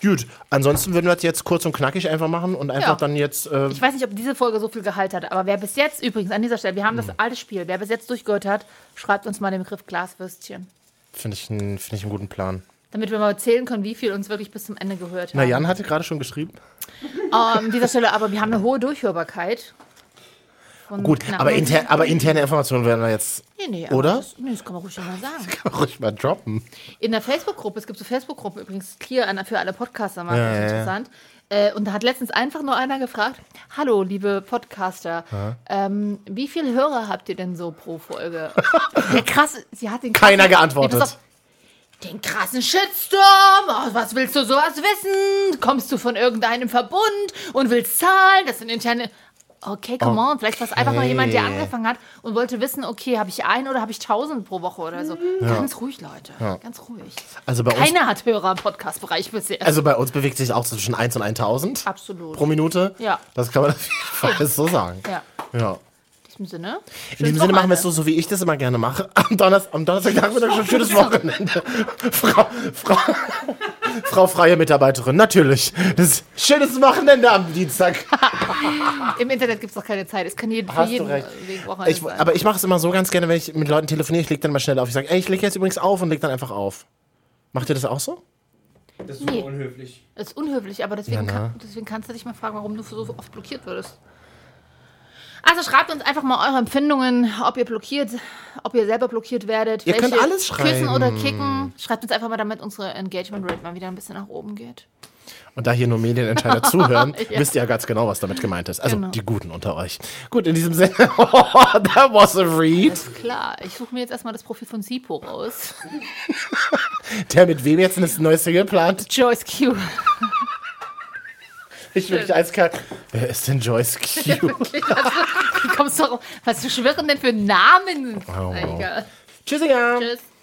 Gut, ansonsten würden wir das jetzt kurz und knackig einfach machen und einfach
Ja.
dann jetzt. Äh,
Ich weiß nicht, ob diese Folge so viel Gehalt hat, aber wer bis jetzt, übrigens an dieser Stelle, wir
Hm.
haben das alte Spiel, wer bis jetzt durchgehört hat, schreibt uns mal den Begriff Glaswürstchen.
Finde ich, einen- find ich einen guten Plan.
Damit wir mal zählen können, wie viel uns wirklich bis zum Ende gehört haben.
Na, Jan hatte gerade schon geschrieben.
Ähm, An dieser Stelle aber, wir haben eine hohe Durchhörbarkeit. Von
Gut,
knapp
aber,
null-
inter, aber interne Informationen werden wir jetzt
Genau. Nee, nee, aber
Oder?
Das, nee, das kann man ruhig schon mal sagen.
ruhig mal droppen.
In der Facebook-Gruppe, es gibt so Facebook-Gruppen übrigens, hier an- für alle Podcaster mal das ist interessant. Äh, und da hat letztens einfach nur einer gefragt: Hallo, liebe Podcaster, ähm, wie viele Hörer habt ihr denn so pro Folge? der krass, sie hat den krassen,
Keiner geantwortet.
Nee, pass auf. den krassen Shitstorm. Oh, was willst du sowas wissen? Kommst du von irgendeinem Verbund und willst zahlen? Das sind interne. Okay, come on. Vielleicht war es einfach mal jemand, der
Okay.
angefangen hat und wollte wissen, okay, habe ich einen oder habe ich tausend pro Woche oder so. Ganz ruhig, Leute. Ganz ruhig.
Mhm. Also bei, uns,
Keiner hat Hörer im Podcast-Bereich bisher.
also bei uns bewegt sich auch zwischen 1 und 1000
Absolut.
pro Minute.
Ja.
Das kann man auf jeden Fall so sagen.
Ja.
ja.
In diesem Sinne.
In diesem Sinne machen wir es so, so wie ich das immer gerne mache. Am, Donnerstag, am Donnerstagnachmittag schon schönes Wochenende. Frau, Frau, Frau freie Mitarbeiterin, natürlich. Das schönes Wochenende am Dienstag.
Im Internet gibt es doch keine Zeit. Es kann jeden, für
Hast du
jeden
recht.
Weg Wochenende
Ich,
sein.
aber ich mache es immer so ganz gerne, wenn ich mit Leuten telefoniere, ich leg dann mal schnell auf. Ich sage, ey, ich leg jetzt übrigens auf und leg dann einfach auf. Macht ihr das auch so?
Das ist super
Nee.
unhöflich.
Das ist unhöflich, aber deswegen,
Ja, ne? na.
kann, deswegen kannst du dich mal fragen, warum du so oft blockiert würdest. Also schreibt uns einfach mal eure Empfindungen, ob ihr blockiert, ob ihr selber blockiert werdet.
Ihr könnt alles
Küssen
schreiben.
oder kicken. Schreibt uns einfach mal, damit unsere Engagement Rate mal wieder ein bisschen nach oben geht.
Und da hier nur Medienentscheider zuhören,
Ja.
wisst ihr ja ganz genau, was damit gemeint ist. Also
Genau.
die Guten unter euch. Gut, in diesem Sinne, oh, that was a read.
Ist klar. Ich suche mir jetzt erstmal das Profil von Sipo raus.
Der mit wem jetzt eine neue Single plant?
Joyce Q.
Ich will mich eiskalt. Wer ist denn Joyce Q?
Wie kommst du darauf? Was schwirren denn für Namen?
Oh, wow.
Na, egal.
Tschüssi, ja.
Tschüss.